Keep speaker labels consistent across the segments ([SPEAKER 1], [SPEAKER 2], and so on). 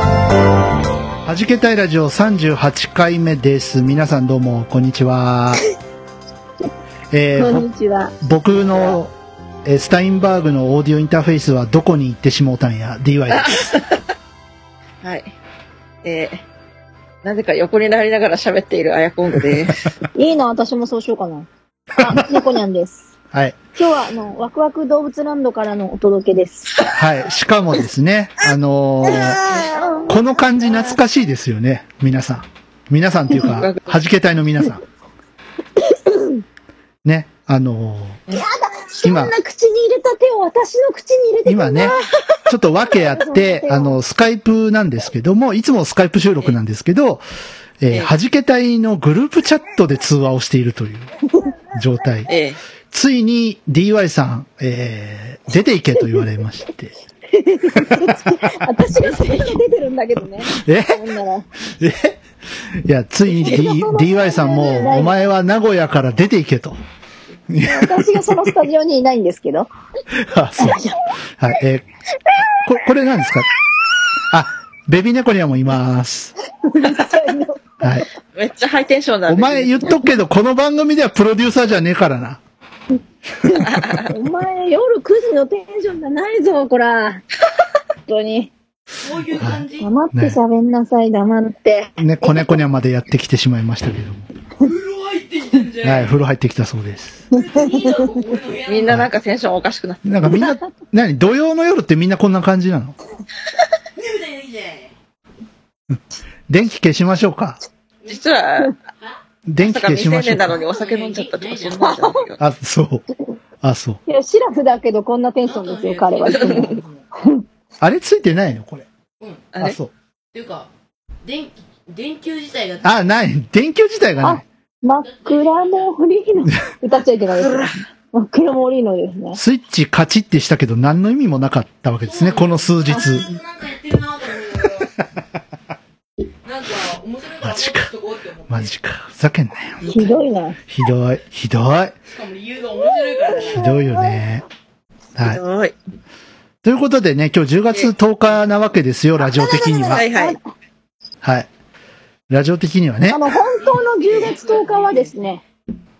[SPEAKER 1] はじけたいラジオ38回目です。皆さんどうも、こんにちは。えー
[SPEAKER 2] こ
[SPEAKER 1] ぼ
[SPEAKER 2] んにちは。
[SPEAKER 1] 僕の、えースタインバーグのオーディオインターフェースはどこに行ってしもうたんや、DY です。
[SPEAKER 3] はい。えー、なぜか横になりながら喋っているあやこん ごです。
[SPEAKER 2] いいな、私もそうしようかな。あ、猫にゃんです。
[SPEAKER 1] はい。
[SPEAKER 2] 今日は、あの、ワクワク動物ランドからのお届けです。
[SPEAKER 1] はい。しかもですね、あのーこの感じ懐かしいですよね、皆さん。皆さんっていうか、はじけたいの皆さん。ね、あのー今、
[SPEAKER 2] 口に入れた手を私の口に入れ
[SPEAKER 1] 今ね、ちょっと訳あって、 あの、スカイプなんですけども、いつもスカイプ収録なんですけど、
[SPEAKER 3] え
[SPEAKER 1] え
[SPEAKER 3] え
[SPEAKER 1] ー、弾け隊のグループチャットで通話をしていると いう状態。
[SPEAKER 3] えー、
[SPEAKER 1] ついに DY さん、えー、出ていけと言われまして。
[SPEAKER 2] 私が先に出てるんだけどね。
[SPEAKER 1] え
[SPEAKER 2] ほんなら。
[SPEAKER 1] えいや、ついに D DY さんも、お前は名古屋から出ていけと。
[SPEAKER 2] 私がそのスタジオにいないんですけど。
[SPEAKER 1] あ、そう。はい、えーこ、これ何ですかあ、ベビーネコニアもい ます。はい。
[SPEAKER 3] めっちゃハイテンションなん
[SPEAKER 1] お
[SPEAKER 3] です
[SPEAKER 1] 前言っとくけど、この番組ではプロデューサーじゃねえからな。
[SPEAKER 2] お前、夜9時のテンションじゃないぞ、こら。本当に。
[SPEAKER 4] そういう感じ。
[SPEAKER 2] 黙って喋んなさい、黙って。
[SPEAKER 1] ね、子猫にゃまでやってきてしまいましたけども。
[SPEAKER 4] 風呂入ってきたんじゃん。
[SPEAKER 1] はい、風呂入ってきたそうです。
[SPEAKER 4] いいだろ俺の部屋
[SPEAKER 3] みんななんかテンションおかしくなって。
[SPEAKER 1] なんかみん な、何土曜の夜ってみんなこんな感じなの
[SPEAKER 4] ねみたいないいじゃん。
[SPEAKER 1] 電気消しましょうか。
[SPEAKER 3] 実は、
[SPEAKER 1] 電気
[SPEAKER 3] まさか
[SPEAKER 1] 消
[SPEAKER 3] 未
[SPEAKER 1] しま
[SPEAKER 3] 成
[SPEAKER 1] しょ
[SPEAKER 3] 年
[SPEAKER 1] う
[SPEAKER 3] なのに
[SPEAKER 1] か。
[SPEAKER 3] お酒 飲んじゃったとかそんなんじゃないよ。
[SPEAKER 1] あ、そう。あ、そう。
[SPEAKER 2] いや、シラフだけどこんなテンションですよ、彼は。いつも
[SPEAKER 1] あれついてないのこれ。
[SPEAKER 4] うん。っ
[SPEAKER 3] あ
[SPEAKER 1] あ、
[SPEAKER 3] れ
[SPEAKER 1] そう。
[SPEAKER 4] ていうか、電気、電球自体が。
[SPEAKER 1] あ、ない。電球自体がない。
[SPEAKER 2] 枕森 の。歌っちゃいけないです。枕森のですね。
[SPEAKER 1] スイッチカチってしたけど何の意味もなかったわけですね。この数日
[SPEAKER 4] あ。ずっとなんかやってるなと思うよ。なんか、面白いからもっとしとこうって思って。
[SPEAKER 1] マジか。ふざけんなよ。
[SPEAKER 2] ひどいな。
[SPEAKER 1] ひどい。ひどい。
[SPEAKER 4] しかも理由が面白いか らだ
[SPEAKER 1] ひどいよね。はい
[SPEAKER 3] ひ。どい。
[SPEAKER 1] ということでね、今日10月10日なわけですよ、ラジオ的には
[SPEAKER 3] は。いはい。
[SPEAKER 1] はい。ラジオ的にはね
[SPEAKER 2] あ。の、本当の10月10日はですね、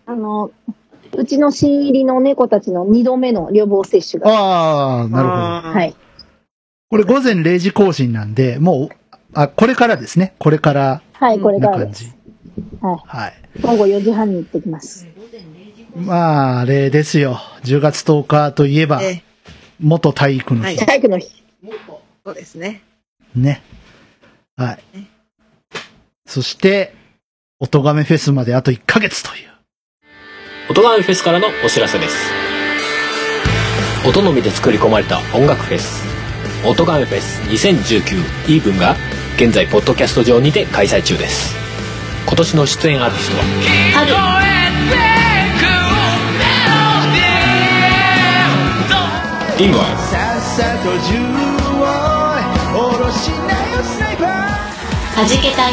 [SPEAKER 2] あの、うちの新入りの猫たちの2度目の予防接種が。
[SPEAKER 1] ああ、なるほど。
[SPEAKER 3] は。
[SPEAKER 2] はいい。
[SPEAKER 1] これ午前0時更新なんで、もう、あ、これからですね。これから
[SPEAKER 2] はい、これか
[SPEAKER 1] な
[SPEAKER 2] ら
[SPEAKER 1] 感
[SPEAKER 2] です。
[SPEAKER 1] じ。
[SPEAKER 2] は
[SPEAKER 1] はい。
[SPEAKER 2] い。午後4時半に行ってきます。
[SPEAKER 4] 午前0時頃。
[SPEAKER 1] まあ、あれですよ。10月10日といえば、
[SPEAKER 3] えー
[SPEAKER 1] 元体育の日
[SPEAKER 3] は。
[SPEAKER 2] 体育の日。
[SPEAKER 4] もっと。
[SPEAKER 3] そうですね。
[SPEAKER 1] ね。はい。そして、おとがめフェスまであと1ヶ月という。
[SPEAKER 5] 音がめフェスからのお知らせです音のみで作り込まれた音楽フェス音がめフェス2019イーブンが現在ポッドキャスト上にて開催中です今年の出演アーティストはリンゴ
[SPEAKER 6] はじけたい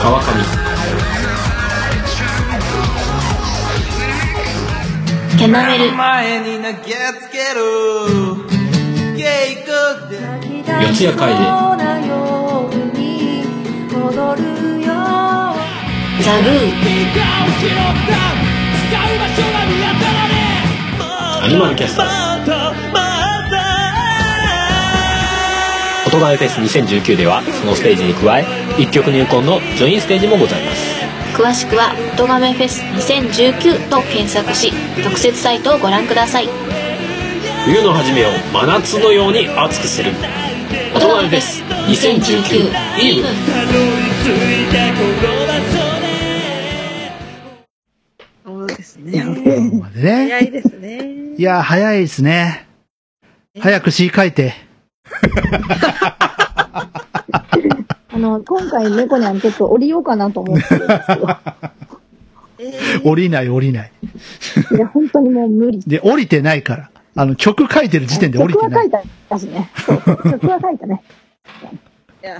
[SPEAKER 5] 川上
[SPEAKER 6] キャナメル
[SPEAKER 7] 前に投げつける計画で
[SPEAKER 5] 四谷怪獣
[SPEAKER 6] ザグー
[SPEAKER 5] アニマルキャスター
[SPEAKER 7] またまた
[SPEAKER 5] 音がめフェス2019ではそのステージに加え一曲入魂のジョインステージもございます
[SPEAKER 6] 詳しくは「音がめフェス2019」と検索し特設サイトをご覧ください
[SPEAKER 5] 冬の初めを真夏のように熱くする音がめフェス2019イーブン
[SPEAKER 7] たどり着いたこの場所で
[SPEAKER 3] うですね。
[SPEAKER 1] ここまで
[SPEAKER 3] 早
[SPEAKER 1] ね。
[SPEAKER 3] いですね。
[SPEAKER 1] いや、早いですね。早く詩書いて。
[SPEAKER 2] あの、今回、猫にゃんちょっと降りようかなと思ってるんですけど、
[SPEAKER 3] え
[SPEAKER 1] 降りない降りない。
[SPEAKER 2] いや、本当にもう無理。
[SPEAKER 1] で、降りてないから。あの、曲書いてる時点で降り
[SPEAKER 2] 曲
[SPEAKER 1] て
[SPEAKER 2] は
[SPEAKER 1] な
[SPEAKER 2] 書
[SPEAKER 1] い
[SPEAKER 2] い。たしね。そう曲は書いたね。
[SPEAKER 3] ーいや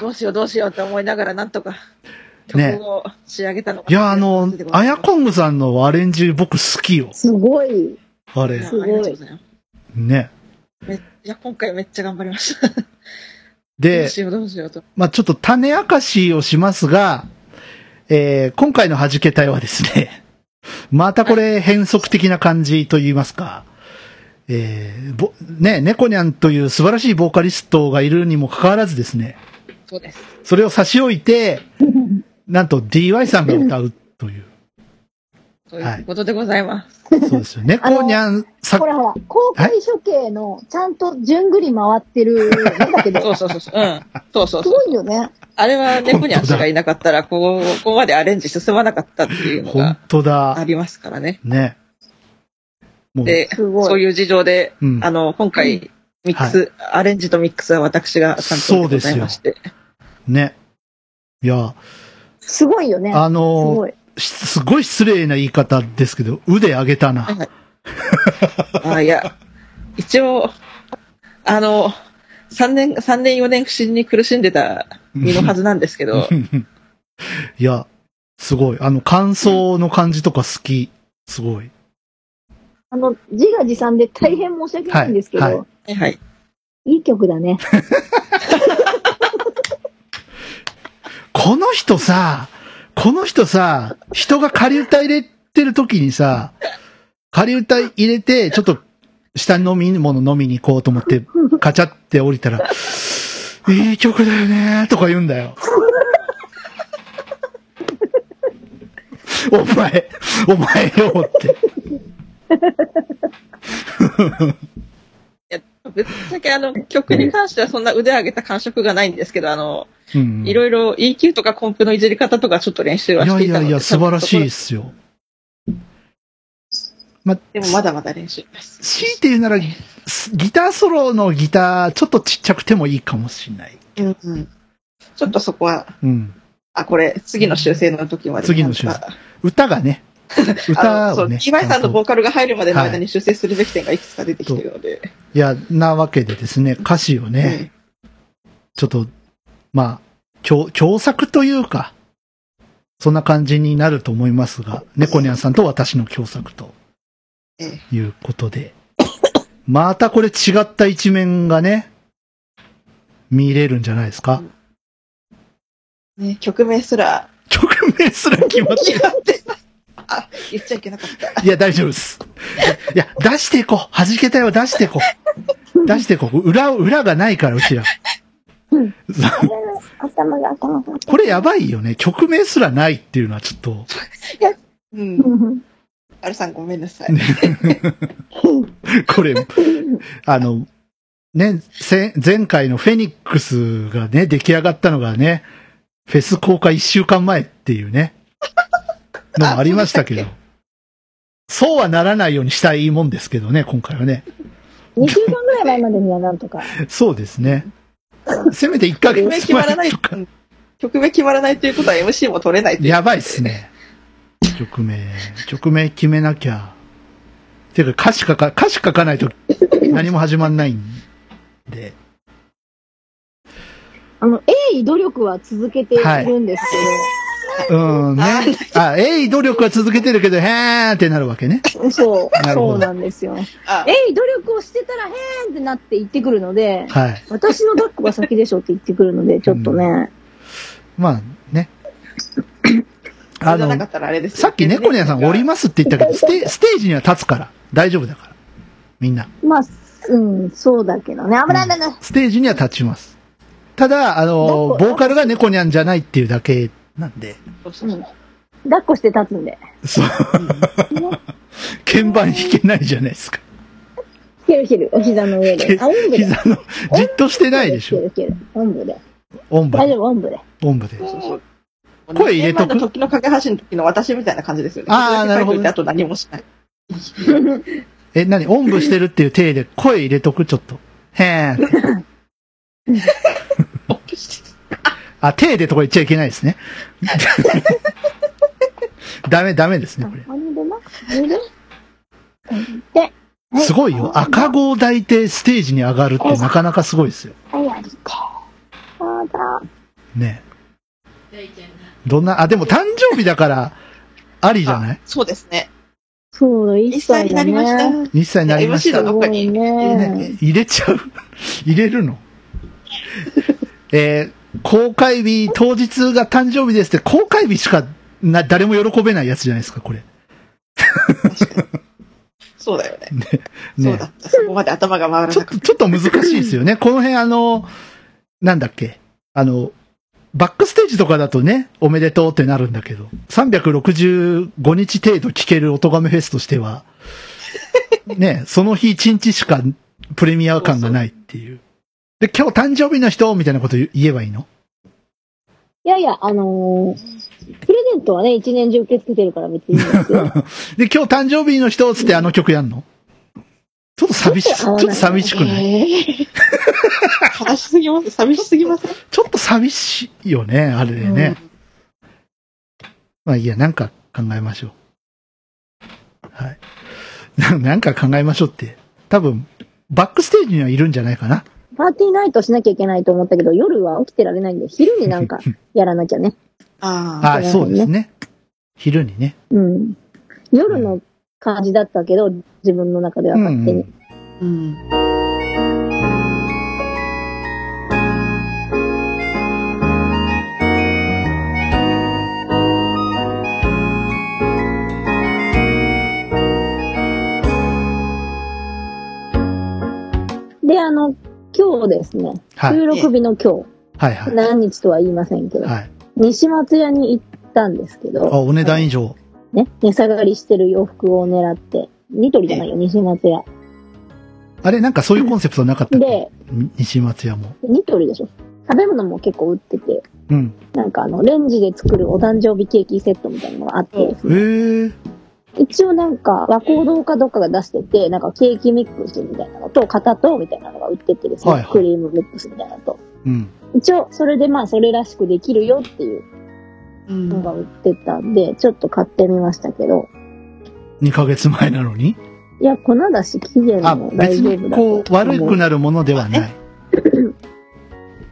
[SPEAKER 3] どうしようどうしようって思いながらなんとか
[SPEAKER 1] ね
[SPEAKER 3] 曲を仕上げたのが
[SPEAKER 1] いや、あの、 あやこんぐさんのアレンジ僕好きよ。
[SPEAKER 2] すごい。
[SPEAKER 1] あ
[SPEAKER 3] い
[SPEAKER 1] れ
[SPEAKER 3] や。
[SPEAKER 2] すごい
[SPEAKER 3] ありがとうございます
[SPEAKER 1] ね。
[SPEAKER 3] めいや、今回めっちゃ頑張りました。どう
[SPEAKER 1] で、
[SPEAKER 3] しようどうしようと。
[SPEAKER 1] まあちょっと種明かしをしますが、えー、今回の弾け隊はですね、 またこれ変則的な感じと言いますか、えー、ぼ、ね、猫にゃんという素晴らしいボーカリストがいるにもかかわらずですね、
[SPEAKER 3] そうです。
[SPEAKER 1] それを差し置いて、なんと DY さんが歌うという。
[SPEAKER 3] ということでございます。
[SPEAKER 1] そうですよ。猫にゃんさ
[SPEAKER 2] ほらほら、公開処刑の、ちゃんと順繰り回ってる、なんだけ ど、
[SPEAKER 3] そうそうそうそう。うん。そうそう
[SPEAKER 2] す
[SPEAKER 3] そう。
[SPEAKER 2] ごいよね。
[SPEAKER 3] あれは猫に足がいなかったら、こう、ここまでアレンジ進まなかったっていうの
[SPEAKER 1] 本
[SPEAKER 3] が
[SPEAKER 1] 当
[SPEAKER 3] あ
[SPEAKER 1] だ。
[SPEAKER 3] りますからね。
[SPEAKER 1] ね。もう、
[SPEAKER 3] で、
[SPEAKER 2] すごい
[SPEAKER 3] そういう事情で、
[SPEAKER 1] うん
[SPEAKER 3] あの、今回、ミックス、アレンジとミックスは私が担当でございまして。
[SPEAKER 1] ね。いや、
[SPEAKER 2] すごいよね。
[SPEAKER 1] あ
[SPEAKER 2] す
[SPEAKER 1] の
[SPEAKER 2] ごい。
[SPEAKER 1] しすごい失礼な言い方ですけど、腕上げた
[SPEAKER 3] はい
[SPEAKER 1] な。
[SPEAKER 3] はい。あいや、一応、あの、3年、三年4年不振に苦しんでた身のはずなんですけ ど、
[SPEAKER 1] いや、すごい。あの、感想の感じとか好き。すごい。
[SPEAKER 2] あの、自画自賛で大変申し訳ないんですけど、
[SPEAKER 1] はい
[SPEAKER 2] い
[SPEAKER 1] はい
[SPEAKER 3] はいはい。
[SPEAKER 2] い、曲だね。
[SPEAKER 1] この人さ、この人さ、人が仮歌入れてる時にさ、仮歌入れて、ちょっと、下に飲み物飲みに行こうと思って、カチャって降りたら、いい曲だよねーとか言うんだ よ。お前、お前よって。
[SPEAKER 3] いやぶっちゃけあの、曲に関してはそんな腕上げた感触がないんですけど、あの、
[SPEAKER 1] うん
[SPEAKER 3] いろいろ EQ とかコンプのいじり方とかちょっと練習はいし
[SPEAKER 1] や
[SPEAKER 3] て
[SPEAKER 1] い
[SPEAKER 3] いたの
[SPEAKER 1] や
[SPEAKER 3] で。
[SPEAKER 1] いや、素晴らしい
[SPEAKER 3] 多
[SPEAKER 1] で
[SPEAKER 3] 分
[SPEAKER 1] すよ。ま、
[SPEAKER 3] でもまだまだ練習します。
[SPEAKER 1] 強いて言うなら、すギターソロのギター、ちょっとちっちゃくてもいいかもしれない。
[SPEAKER 3] うんうんちょっとそこは、
[SPEAKER 1] うん。
[SPEAKER 3] あ、これ、次の修正の時まで。
[SPEAKER 1] 次の修正
[SPEAKER 3] なんとか
[SPEAKER 1] 歌が ね、
[SPEAKER 3] あ
[SPEAKER 1] 歌
[SPEAKER 3] のそ
[SPEAKER 1] を
[SPEAKER 3] う、
[SPEAKER 1] ね。
[SPEAKER 3] 岩井さんのボーカルが入るまでの
[SPEAKER 1] は
[SPEAKER 3] 間
[SPEAKER 1] い
[SPEAKER 3] に修正するべき点がいくつか出てきてるので。
[SPEAKER 1] いや、なわけでですね、歌詞をね、ちょっと、まあ、共共作というか、そんな感じになると思いますが、猫ニャンさんと私の共作と
[SPEAKER 3] え
[SPEAKER 1] いうことで、 またこれ違った一面がね、見れるんじゃないですか。
[SPEAKER 3] うんね、曲名すら、
[SPEAKER 1] 曲名すら決まって。
[SPEAKER 3] 違ってた。あ、言っちゃいけなかった。
[SPEAKER 1] いや、大丈夫です。いや、出していこう。弾けたよ、出していこう。出していこう。裏、裏がないから、うちら。
[SPEAKER 2] 頭が頭 が。
[SPEAKER 1] これやばいよね。曲名すらないっていうのはちょっと、
[SPEAKER 3] うん。アルさんごめんなさい。
[SPEAKER 1] これ、あの、ね、せ前回のフェニックスがね、出来上がったのがね、フェス公開1週間前っていうね、のもありましたけど、そうはならないようにしたいもんですけどね、今回はね。
[SPEAKER 2] 2週間ぐらい前までにはなんとか。
[SPEAKER 1] そうですね。せめて1ヶ
[SPEAKER 3] 曲名
[SPEAKER 1] 月
[SPEAKER 3] 決まらな
[SPEAKER 1] 前
[SPEAKER 3] い
[SPEAKER 1] とか。。
[SPEAKER 3] 曲名決まらないということは MC も取れないという
[SPEAKER 1] やばいっすね。曲名、曲名決めなきゃ。ていうか歌詞書か、歌詞書かないと何も始まんないんで。
[SPEAKER 2] あの、鋭意努力は続けているんです
[SPEAKER 1] うんね。あ、えい、努力は続けてるけど、へーんってなるわけね。
[SPEAKER 2] けど、そう、
[SPEAKER 1] なるほど
[SPEAKER 2] そうなんですよ。
[SPEAKER 3] あ
[SPEAKER 2] 鋭意努力をしてたら、へーんってなって言ってくるので、
[SPEAKER 1] はい。
[SPEAKER 2] 私のバックが先でしょって言ってくるので、ちょっとね、
[SPEAKER 1] まあね。あ
[SPEAKER 3] あの、なか
[SPEAKER 1] の
[SPEAKER 3] っ、たらあれですよ
[SPEAKER 1] さっき猫ニャンさん降りますって言ったけど、ステステージには立つから。大丈夫だから。みんな。
[SPEAKER 2] まあ、うん、そうだけどね、危ない危ない危ない。
[SPEAKER 1] ステージには立ちます。ただ、あの、ボーカルが猫ニャンじゃないっていうだけなんで、
[SPEAKER 3] そうそうそう
[SPEAKER 2] 抱っこして立つんで、
[SPEAKER 1] そう。鍵盤弾けないじゃないですか。
[SPEAKER 2] ひけるひける、お膝の上で。あ、おんぶで。
[SPEAKER 1] 膝の、じっとしてないでし
[SPEAKER 2] ひけ
[SPEAKER 1] ょ。
[SPEAKER 2] るひける、おんぶで。
[SPEAKER 1] 音
[SPEAKER 2] 大
[SPEAKER 1] 部で。
[SPEAKER 2] 丈夫、おんぶで。
[SPEAKER 1] 音部で。
[SPEAKER 3] そうそう。
[SPEAKER 1] 声入れとく
[SPEAKER 3] 2年前の時の架け橋の時の私みたいな感じですよね。
[SPEAKER 1] あー
[SPEAKER 3] それだけ書いといて
[SPEAKER 1] なる
[SPEAKER 3] あと何もしない。
[SPEAKER 1] え、何おんぶしてるっていう体で声入れとく、ちょっと。へーん。
[SPEAKER 3] おっとして
[SPEAKER 1] あ、手でとか言っちゃいけない ですね。ダメ、ダメですね、これ。
[SPEAKER 2] あれでなずるで、はい
[SPEAKER 1] すごいよ。赤子を抱いてステージに上がるってなかなかすごいですよ。
[SPEAKER 2] はい、ありて。そうだ。
[SPEAKER 1] ね。
[SPEAKER 4] 大ちゃんな
[SPEAKER 1] どんな、あ、でも誕生日だから、ありじゃない
[SPEAKER 3] そうですね。
[SPEAKER 2] そうだ、1
[SPEAKER 3] 1歳
[SPEAKER 2] 歳
[SPEAKER 3] に
[SPEAKER 2] だ
[SPEAKER 3] なりました。
[SPEAKER 2] ね。
[SPEAKER 1] ?1 歳になりました。
[SPEAKER 3] MC の
[SPEAKER 2] すごいね。
[SPEAKER 1] ね、入れちゃう 入れるのえー公開日当日が誕生日ですって、公開日しかな、誰も喜べないやつじゃないですか、これ。
[SPEAKER 3] そうだよね。そう
[SPEAKER 1] ね
[SPEAKER 3] だ。った。そこまで頭が回ら
[SPEAKER 1] ちょ
[SPEAKER 3] な
[SPEAKER 1] っ
[SPEAKER 3] かっ
[SPEAKER 1] と、ちょっと難しいですよね。この辺あの、なんだっけ。あの、バックステージとかだとね、おめでとうってなるんだけど、365日程度聴ける音めフェスとしては、ね、その日1日しかプレミア感がないっていう。で、今日誕生日の人みたいなこと言えばいいの
[SPEAKER 2] いやいや、あのー、プレゼントはね、一年中受け付けてるから別にいいんですよ。
[SPEAKER 1] で、今日誕生日の人っつってあの曲やんのちょっと寂しい、ちょっと寂しくない
[SPEAKER 3] た。悲しすぎます。寂しすぎません
[SPEAKER 1] ちょっと寂しいよね、あれでね。まあいいや、なんか考えましょう。はい。ななんか考えましょうって。多分、バックステージにはいるんじゃないかな。
[SPEAKER 2] パーティーナイトしなきゃいけないと思ったけど、夜は起きてられないんで、昼になんかやらなきゃね。
[SPEAKER 3] ああ。
[SPEAKER 1] ああ、そうですね。昼にね。
[SPEAKER 2] うん。夜の感じだったけど、自分の中では勝手に。
[SPEAKER 3] うん。
[SPEAKER 2] で、あの、今日ですね、
[SPEAKER 1] はい
[SPEAKER 2] 収録日の今
[SPEAKER 1] はい
[SPEAKER 2] 日、
[SPEAKER 1] は
[SPEAKER 2] 何日とは言いませんけ
[SPEAKER 1] い。
[SPEAKER 2] ど、
[SPEAKER 1] はい。
[SPEAKER 2] 西松屋に行ったんですけ
[SPEAKER 1] あ、
[SPEAKER 2] ど、
[SPEAKER 1] お値段以上。
[SPEAKER 2] ね、値下がりしてる洋服を狙って、ニトリじゃないよ、西松屋。
[SPEAKER 1] あれ、なんかそういうコンセプトなかったっけ
[SPEAKER 2] で、
[SPEAKER 1] に西松屋も。
[SPEAKER 2] ニトリでしょ。食べ物も結構売ってて、
[SPEAKER 1] うん。
[SPEAKER 2] なんかあの、レンジで作るお誕生日ケーキセットみたいなのがあってです
[SPEAKER 1] ええ
[SPEAKER 2] ね、
[SPEAKER 1] ー。
[SPEAKER 2] 一応なんか和光堂かどっかが出してて、なんかケーキミックスみたいなのと、型とみたいなのが売っててですね、
[SPEAKER 1] はいはい
[SPEAKER 2] クリームミックスみたいなのと。
[SPEAKER 1] うん。
[SPEAKER 2] 一応、それでまあ、それらしくできるよっていう
[SPEAKER 3] う
[SPEAKER 2] の
[SPEAKER 3] ん
[SPEAKER 2] が売ってたんで、ちょっと買ってみましたけど、
[SPEAKER 1] 2ヶ月前なのに。
[SPEAKER 2] いや、粉だし、期限
[SPEAKER 1] あ、
[SPEAKER 2] も
[SPEAKER 1] 別
[SPEAKER 2] 大丈夫
[SPEAKER 1] に
[SPEAKER 2] だ
[SPEAKER 1] ことう、悪くなるものではない。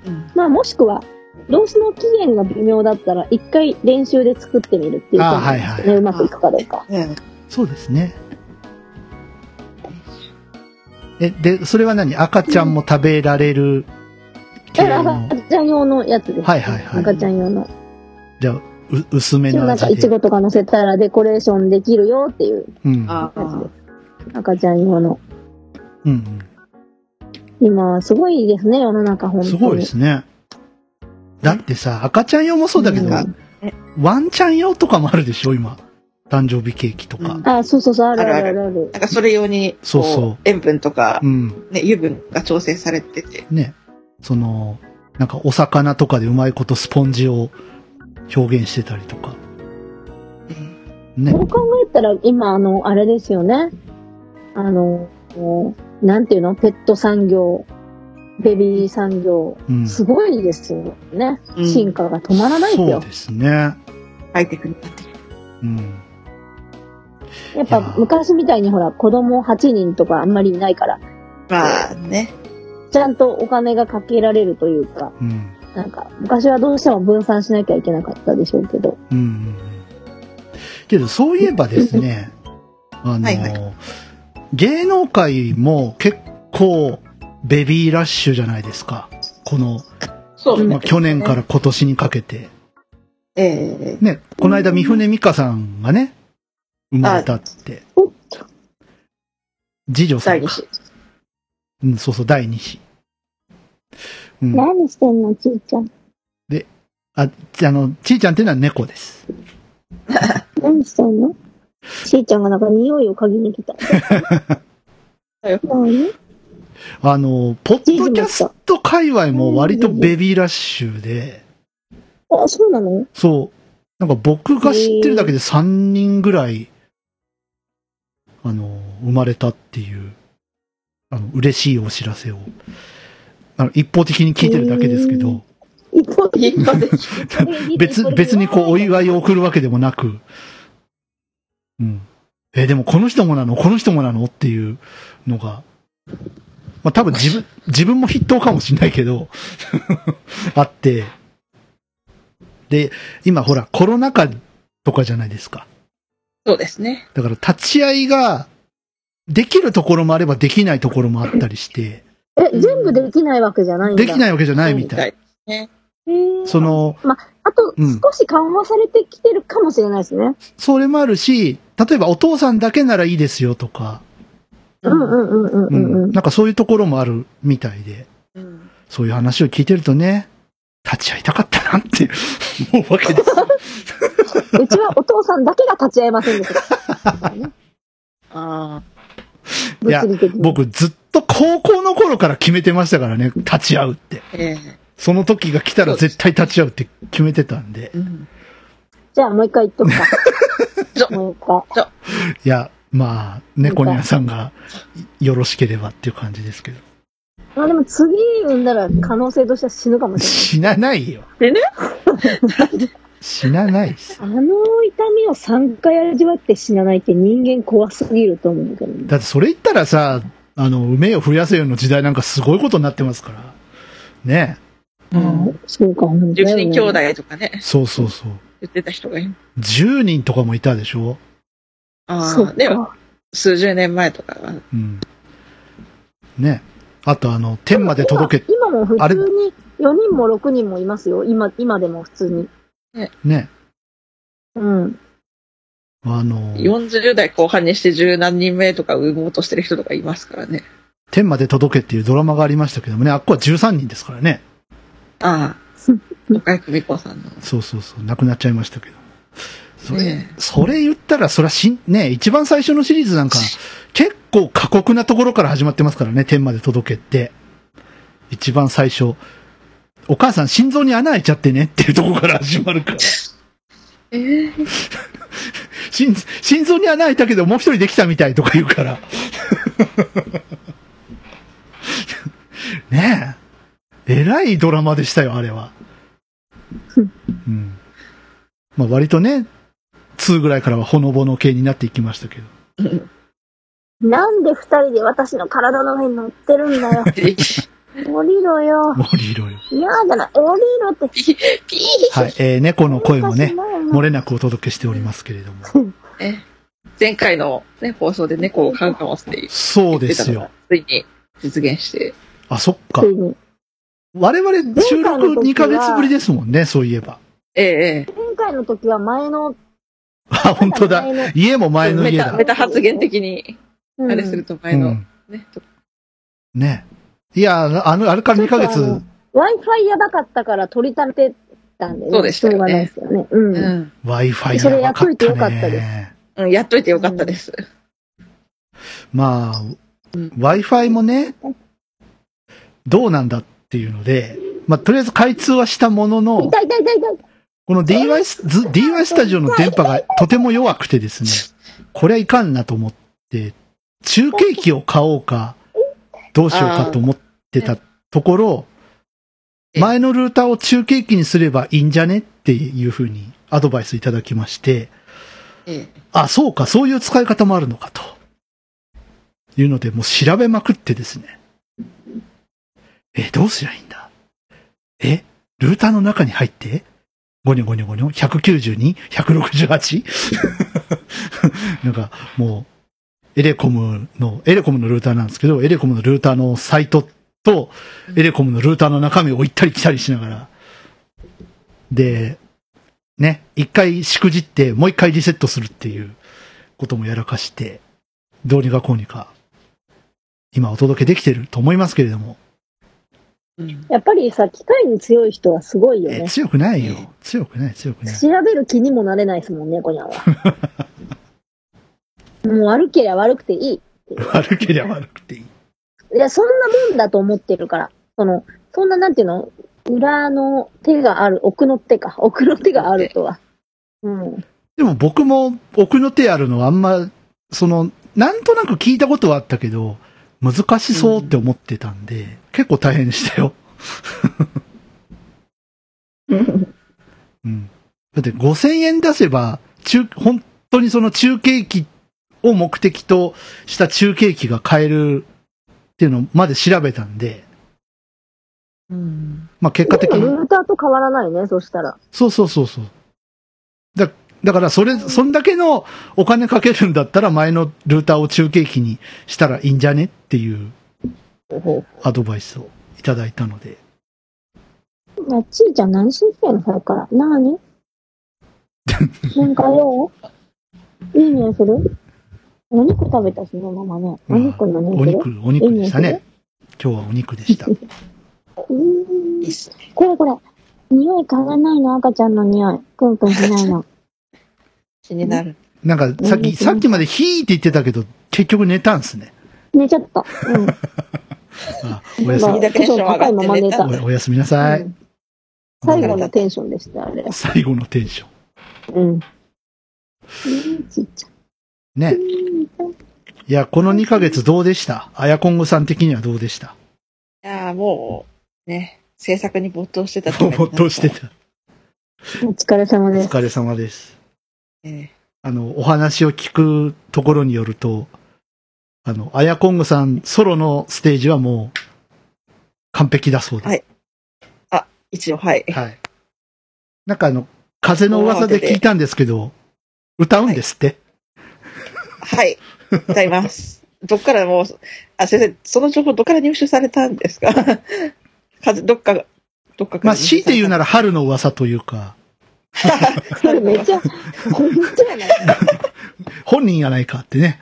[SPEAKER 3] うん
[SPEAKER 2] まあ、もしくは、どうしても期限が微妙だったら、一回練習で作ってみるっていう
[SPEAKER 1] あ
[SPEAKER 2] 感
[SPEAKER 1] はい
[SPEAKER 2] じ
[SPEAKER 1] はい
[SPEAKER 2] ですね、うまくいくかどうか。
[SPEAKER 3] ね
[SPEAKER 1] そうですね。え、で、それは何赤ちゃんも食べられる系
[SPEAKER 2] だから
[SPEAKER 1] の
[SPEAKER 2] 赤ちゃん用のやつです。
[SPEAKER 1] はいはいはい
[SPEAKER 2] 赤ちゃん用の。
[SPEAKER 1] じゃあ、 う薄め
[SPEAKER 2] 一応
[SPEAKER 1] の
[SPEAKER 2] なんか、
[SPEAKER 1] 味
[SPEAKER 2] いち
[SPEAKER 1] で。
[SPEAKER 2] ごとか乗せたらデコレーションできるよっていう
[SPEAKER 1] うん。
[SPEAKER 3] あ
[SPEAKER 2] やつで
[SPEAKER 3] あ。
[SPEAKER 2] す。赤ちゃん用の。
[SPEAKER 1] うん
[SPEAKER 2] 今、すごいですね、世の中、
[SPEAKER 1] う
[SPEAKER 2] 本
[SPEAKER 1] ん。
[SPEAKER 2] 当に。
[SPEAKER 1] すごいですね。だってさ、赤ちゃん用もそうだけど、
[SPEAKER 3] うん
[SPEAKER 1] ワンちゃん用とかもあるでしょ、今。誕生日ケーキとか。
[SPEAKER 2] あ、そうそうそう、あるあるあるある。
[SPEAKER 3] なんかそれ用に、
[SPEAKER 1] そうそう
[SPEAKER 3] こ塩分とか
[SPEAKER 1] う、ん。
[SPEAKER 3] ね、油分が調整されてて。
[SPEAKER 1] ね。その、なんかお魚とかでうまいことスポンジを表現してたりとか。
[SPEAKER 3] うん
[SPEAKER 1] ね
[SPEAKER 2] そ。う考えたら、今、あの、あれですよね。あの、なんていうのペット産業、ベビー産業、
[SPEAKER 1] うん。
[SPEAKER 2] すごいですよね。
[SPEAKER 3] うん
[SPEAKER 2] 進化が止まらないです
[SPEAKER 1] そう
[SPEAKER 2] よ。
[SPEAKER 1] ですね。
[SPEAKER 3] ハイテクになってる。
[SPEAKER 1] うん。
[SPEAKER 2] やっ
[SPEAKER 1] いや
[SPEAKER 2] ぱ、昔みたいにほら、子供8人とかあんまりいないから、
[SPEAKER 3] まあね。
[SPEAKER 2] ちゃんとお金がかけられるというか、
[SPEAKER 1] うん。
[SPEAKER 2] なんか、昔はどうしても分散しなきゃいけなかったでしょうけど。
[SPEAKER 1] うんうんうん。けど、そういえばですね、あの、
[SPEAKER 3] はいは
[SPEAKER 1] 芸能界も結構ベビーラッシュじゃないですか。この、
[SPEAKER 3] そうう。
[SPEAKER 2] ん
[SPEAKER 1] まあ、去年から今年にかけて。
[SPEAKER 3] ええ。
[SPEAKER 1] ね、この間、三船美香さんがね、生まれたって。
[SPEAKER 2] おっと
[SPEAKER 1] 次女さ
[SPEAKER 3] 第
[SPEAKER 1] ん
[SPEAKER 3] 二
[SPEAKER 1] か。
[SPEAKER 3] 子。
[SPEAKER 1] うん、そうそう、第二子。うん。あ、
[SPEAKER 2] 何してんの、ちいちゃん。
[SPEAKER 1] あの、ちいちゃんっていうのは猫です。
[SPEAKER 2] 何してんのちいちゃんがなんか匂いを嗅ぎ に来た。何
[SPEAKER 1] あの、ポッドキャスト界隈も割とベビーラッシュで、
[SPEAKER 2] あ、そうなの
[SPEAKER 1] そう。なんか僕が知ってるだけで3人ぐらい、あの、生まれたっていう、あの、嬉しいお知らせを、あの、一方的に聞いてるだけですけど、
[SPEAKER 2] 一方的
[SPEAKER 3] 一方的。
[SPEAKER 1] 別、別にこう、お祝いを送るわけでもなく、うん。え、でもこの人もなのこの人もなのっていうのが、まあ多分自分、自分も筆頭かもしれないけど、 あって、で、今ほら、コロナ禍とかじゃないですか。
[SPEAKER 3] そうですね。
[SPEAKER 1] だから立ち会いが、できるところもあればできないところもあったりして、
[SPEAKER 2] え、全部できないわけじゃないんだ。
[SPEAKER 1] できないわけじゃないみたい。
[SPEAKER 3] い。
[SPEAKER 2] い
[SPEAKER 1] そ、の、
[SPEAKER 2] あと、
[SPEAKER 1] うん
[SPEAKER 2] 少し緩和されてきてるかもしれないですね。
[SPEAKER 1] それもあるし、例えばお父さんだけならいいですよとか、
[SPEAKER 2] うんうんうんうん
[SPEAKER 1] う
[SPEAKER 2] うんうん
[SPEAKER 1] ん、。なんかそういうところもあるみたいで、
[SPEAKER 3] うん
[SPEAKER 1] そういう話を聞いてるとね、立ち会いたかったなって思うわ けです。
[SPEAKER 2] うちはお父さんだけが立ち会えませんでした。
[SPEAKER 3] あ
[SPEAKER 1] いや
[SPEAKER 2] 物理的に。
[SPEAKER 1] 僕ずっと高校の頃から決めてましたからね、立ち会うって。
[SPEAKER 3] あ、え
[SPEAKER 1] その時が来たら絶対立ち会うって決めてたんで
[SPEAKER 3] え。うん。
[SPEAKER 2] じゃあもう一回言っ とくか
[SPEAKER 3] ちょ。
[SPEAKER 2] もう一回。
[SPEAKER 1] いや、まあ、猫ニャンさんがよろしければっていう感じですけど。
[SPEAKER 2] まあでも次産んだら可能性としては死ぬかもし
[SPEAKER 1] 死なないよ。
[SPEAKER 3] でね。
[SPEAKER 1] 死なないっす。
[SPEAKER 2] れない。あの痛みを3回味わって死なないって人間怖すぎると思うけどね。
[SPEAKER 1] だってそれ言ったらさ、あの、梅を増やせよの時代なんかすごいことになってますから。ね
[SPEAKER 3] うん。
[SPEAKER 2] そうか、本当
[SPEAKER 3] 11
[SPEAKER 2] だよね
[SPEAKER 3] 人兄弟とかね、
[SPEAKER 1] そうそうそう。
[SPEAKER 3] 言ってた人がいる。
[SPEAKER 1] 10人とかもいたでしょ
[SPEAKER 2] そ
[SPEAKER 3] ああ、
[SPEAKER 2] う
[SPEAKER 3] でも、
[SPEAKER 2] か。
[SPEAKER 3] 数十年前とかは。
[SPEAKER 1] うん。ねあとあの、天まで届け、
[SPEAKER 2] 今今も普
[SPEAKER 1] あれ
[SPEAKER 2] 通に4人も6人もいますよ。今、今でも普通に。
[SPEAKER 1] ね
[SPEAKER 2] うん。
[SPEAKER 1] あの、
[SPEAKER 3] 40代後半にして十何人目とか産もうとしてる人とかいますからね。
[SPEAKER 1] 天まで届けっていうドラマがありましたけどもね、あっこは13人ですからね。
[SPEAKER 3] あ
[SPEAKER 2] う
[SPEAKER 3] あ、岡井久美子さんの。
[SPEAKER 1] そうそうそう、亡くなっちゃいましたけど。それ、
[SPEAKER 3] ね
[SPEAKER 1] それ言ったら、そりゃしん、ね一番最初のシリーズなんか、結構過酷なところから始まってますからね、天まで届けって。一番最初。お母さん心臓に穴開いちゃってねっていうところから始まるから。
[SPEAKER 3] ええ
[SPEAKER 1] 心、心臓に穴開いたけどもう一人できたみたいとか言うから。 ねえ。えらいドラマでしたよ、あれは。うん。まあ割とね、2ぐらいからはほのぼの系になっていきましたけど。
[SPEAKER 2] なんで二人で私の体の上に乗ってるん だよ。降りろよ。
[SPEAKER 1] もうリーロよ。
[SPEAKER 2] 嫌じゃない。降りろって。ピ
[SPEAKER 1] はい。えー猫の声もね、漏
[SPEAKER 2] も
[SPEAKER 1] れなくお届けしておりますけれども。
[SPEAKER 3] 前回の、ね、放送で猫を飼うかもって
[SPEAKER 1] そう
[SPEAKER 3] 言
[SPEAKER 1] で
[SPEAKER 3] ってた
[SPEAKER 1] す
[SPEAKER 3] の
[SPEAKER 1] よ
[SPEAKER 3] が。、ついに実現して。
[SPEAKER 1] あ、そっか
[SPEAKER 2] つ。いに。
[SPEAKER 1] 我々収録2ヶ月ぶりですもんね、そういえば。
[SPEAKER 3] えええ
[SPEAKER 2] 前回の時は前の、
[SPEAKER 1] あ、本当だ
[SPEAKER 2] 前。の
[SPEAKER 1] 家も
[SPEAKER 3] え
[SPEAKER 1] 前の
[SPEAKER 3] メ
[SPEAKER 1] 家
[SPEAKER 3] タ、
[SPEAKER 1] だ。
[SPEAKER 3] メタ発言的に、
[SPEAKER 2] う
[SPEAKER 3] あ
[SPEAKER 2] ん
[SPEAKER 3] れすると前の、
[SPEAKER 1] うん
[SPEAKER 3] ね、と
[SPEAKER 1] ねいや、あのあの、あれから2ヶ
[SPEAKER 2] ちょっとあ
[SPEAKER 1] 月
[SPEAKER 2] の、Wi-Fi やばかったから取り立てたんでね。
[SPEAKER 3] そうでしたよね
[SPEAKER 2] しょうがないですよね。うん。
[SPEAKER 3] うん。
[SPEAKER 1] Wi-Fi
[SPEAKER 2] それ
[SPEAKER 1] やばかっ
[SPEAKER 2] やっとい
[SPEAKER 1] た
[SPEAKER 2] てよかったで
[SPEAKER 1] ね。
[SPEAKER 3] うん、やっといてよかったです。
[SPEAKER 1] まあ、
[SPEAKER 3] うん
[SPEAKER 1] Wi-Fi もね、どうなんだっていうので、まあ、とりあえず開通はしたものの、
[SPEAKER 2] 痛い痛い痛い痛い。
[SPEAKER 1] この DY ス、ず DY スタジオの電波がとても弱くてですね、これはいかんなと思って、中継機を買おうか、どうしようかと思ってたところ、
[SPEAKER 3] え
[SPEAKER 1] 前のルーターを中継機にすればいいんじゃねっていうふうにアドバイスいただきまして、
[SPEAKER 3] え
[SPEAKER 1] あ、そうか、そういう使い方もあるのかと。いうので、もう調べまくってですね。え、どうすりゃいいんだえ、ルーターの中に入って、ゴニョゴニョゴニョ、192、168? なんか、もう、エレコムの、エレコムのルーターなんですけど、エレコムのルーターのサイトと、エレコムのルーターの中身を行ったり来たりしながら、で、ね、一回しくじって、もう一回リセットするっていうこともやらかして、どうにかこうにか、今お届けできてると思いますけれども、
[SPEAKER 3] えうん
[SPEAKER 2] やっぱりさ、機械に強い人はすごいよ
[SPEAKER 1] え
[SPEAKER 2] ね。
[SPEAKER 1] 強くないよ。強くない、強くない。
[SPEAKER 2] 調べる気にもなれないですもんね、こにゃ んは。もう悪けりゃ悪くていい。
[SPEAKER 1] 悪けりゃ悪くていい。
[SPEAKER 2] いや、そんなもんだと思ってるから。その、そんななんていうの裏の手がある、奥の手か。奥の手があるとは。うん。
[SPEAKER 1] でも僕も奥の手あるのはあんま、その、なんとなく聞いたことはあったけど、難しそうって思ってたんで、結構大変でしたよ。うん。だって5000円出せば、中、本当にその中継機を目的とした中継機が買えるっていうのまで調べたんで、
[SPEAKER 3] うん。
[SPEAKER 1] まあ結果的に。
[SPEAKER 2] ルーターと変わらないね、そしたら。
[SPEAKER 1] そうそうそうそう。だ、だからそれ、そんだけのお金かけるんだったら前のルーターを中継機にしたらいいんじゃねっていうアドバイスをいただいたので。
[SPEAKER 2] なちーちゃん何しに来てんのさっきから。な ーになんかよういい匂いするお肉食べたしね、ママね。お肉の
[SPEAKER 1] お
[SPEAKER 2] 匂いする
[SPEAKER 1] 肉、お肉でした
[SPEAKER 2] いい
[SPEAKER 1] ね。今日はお肉でした。
[SPEAKER 2] うーん
[SPEAKER 3] いいっすね。
[SPEAKER 2] これこれ。匂い嗅がないの赤ちゃんの匂い。くんくんしないの。
[SPEAKER 3] 気になる。
[SPEAKER 1] なん かさっき、さっきまでヒーって言ってたけど、結局寝たんすね。
[SPEAKER 2] 寝ちゃった。うん。
[SPEAKER 1] あ おやす
[SPEAKER 3] まあ
[SPEAKER 1] み、
[SPEAKER 3] だけテンション上がって寝た
[SPEAKER 1] おおやすみなさい。
[SPEAKER 2] うん最後のテンションでした、あれ。
[SPEAKER 1] 最後のテンショ
[SPEAKER 2] うん。うんちっちゃ
[SPEAKER 1] ン。ね。いや、この2ヶ月どうでしたあやこんごさん的にはどうで した
[SPEAKER 3] いやーもう、ね、制作に没頭してた
[SPEAKER 1] ぼ っとして
[SPEAKER 3] た。
[SPEAKER 1] た。
[SPEAKER 2] い。お疲れ様
[SPEAKER 1] お
[SPEAKER 2] です。
[SPEAKER 1] 疲れ様です。
[SPEAKER 3] え
[SPEAKER 1] あの、お話を聞くところによると、あの、アヤコングさん、ソロのステージはもう、完璧だそうで。
[SPEAKER 3] はいえ一応、はい。
[SPEAKER 1] はい。なんかあの、風の噂で聞いたんですけど、歌うんですって、
[SPEAKER 3] はい。歌 います。どっからもう、あ、先生、その情報どっから入手されたんですか 風どっか、どっか
[SPEAKER 1] まあ、強いて言うなら
[SPEAKER 3] ら。
[SPEAKER 1] 春の噂というか、
[SPEAKER 2] それめっちゃ、ほんとやない。
[SPEAKER 1] 本人やないかってね。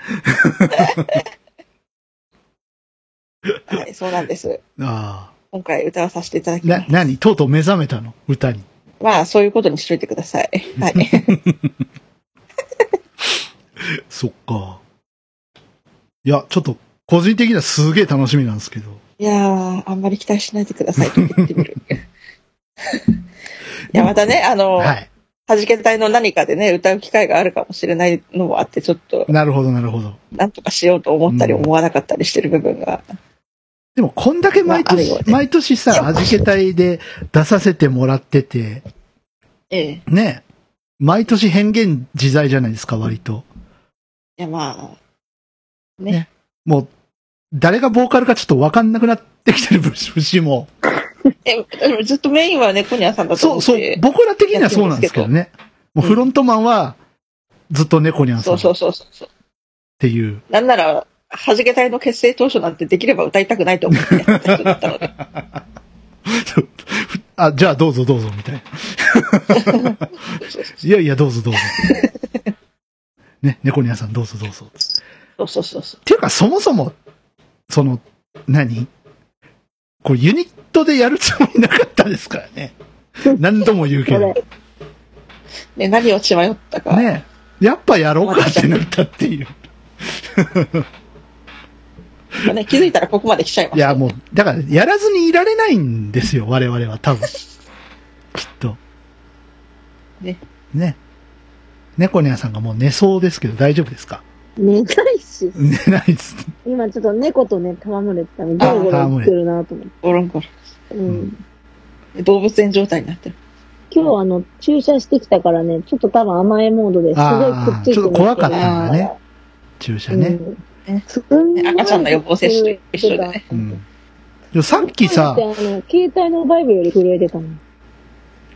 [SPEAKER 3] はい、そうなんです。
[SPEAKER 1] あ
[SPEAKER 3] 今回歌わさせていただ
[SPEAKER 1] あ。
[SPEAKER 3] きま
[SPEAKER 1] な、
[SPEAKER 3] す。
[SPEAKER 1] なにとうとう目覚めたの歌に。
[SPEAKER 3] まあ、そういうことにしといてください。 はい。
[SPEAKER 1] そっか。いや、ちょっと、個人的にはすげえ楽しみなんですけど。
[SPEAKER 3] いやー、あんまり期待しないでくださいと言って みる。いや、またね、あの、
[SPEAKER 1] はい。
[SPEAKER 3] はじけ隊の何かでね、歌う機会があるかもしれないのもあって、ちょっと、
[SPEAKER 1] なるほど、なるほど。
[SPEAKER 3] なんとかしようと思ったり
[SPEAKER 1] うん
[SPEAKER 3] 思わなかったりしてる部分が。
[SPEAKER 1] でも、こんだけ毎
[SPEAKER 3] まあある
[SPEAKER 1] 年
[SPEAKER 3] よ、ね
[SPEAKER 1] 毎年さ、はじけ隊で出させてもらってて、
[SPEAKER 3] ええ。い
[SPEAKER 1] ね、毎年変幻自在じゃないですか、割と。
[SPEAKER 3] や、まあ、
[SPEAKER 1] もう、誰がボーカルかちょっとわかんなくなってきてる節も。
[SPEAKER 3] え、でもずっとメインはね、コニャさんだと
[SPEAKER 1] そ
[SPEAKER 3] 思
[SPEAKER 1] う
[SPEAKER 3] っ
[SPEAKER 1] そう
[SPEAKER 3] て。、
[SPEAKER 1] 僕ら的にはそうなんですけどね。もうフロントマンは、ずっと猫にゃんさ
[SPEAKER 3] そ
[SPEAKER 1] ん
[SPEAKER 3] う
[SPEAKER 1] っ
[SPEAKER 3] そうそうそうそう。
[SPEAKER 1] ていう。
[SPEAKER 3] なんなら、はじけ隊の結成当初なんてできれば歌いたくないと思ってやった人だっ たので。
[SPEAKER 1] あ、じゃあどうぞどうぞ、みたいな。 いやいや、どうぞどうぞ。ね、猫にゃんさんどうぞどうぞ。
[SPEAKER 3] そうそうそうそう。
[SPEAKER 1] っていうか、そもそも、その、何これユニットでやるつもりなかったですからね。何度も言うけど。
[SPEAKER 3] ね、何を血迷ったか。
[SPEAKER 1] ねやっぱやろうかってなったって いう。
[SPEAKER 3] まあね気づいたらここまで来ちゃいま
[SPEAKER 1] い
[SPEAKER 3] した。
[SPEAKER 1] や、もう、だから、やらずにいられないんですよ、我々は、多分。きっと。
[SPEAKER 3] ね。
[SPEAKER 1] ね。猫ニャンさんがもう寝そうですけど、大丈夫ですか
[SPEAKER 2] 寝ないし。
[SPEAKER 1] 寝ないです。
[SPEAKER 2] 今ちょっと猫とね、戯れてたので、ゴロゴロ言ってるなと思っ
[SPEAKER 3] ゴロンゴロ
[SPEAKER 2] て。うん。
[SPEAKER 3] ン。動物園状態になってる。
[SPEAKER 2] 今日あの、注射してきたからね、ちょっと多分甘えモードですごいく
[SPEAKER 1] あ
[SPEAKER 2] っ
[SPEAKER 1] あ、
[SPEAKER 2] ついて
[SPEAKER 1] ちょっと怖かった
[SPEAKER 2] ね。
[SPEAKER 1] んだね。注射
[SPEAKER 2] う
[SPEAKER 1] ね。
[SPEAKER 2] ん
[SPEAKER 3] ね
[SPEAKER 2] すんごい
[SPEAKER 3] ね赤ちゃんの予防接種と一緒でね。
[SPEAKER 1] うん。でもさっきさ、
[SPEAKER 2] だってあの、携帯のバイブより震えてたの。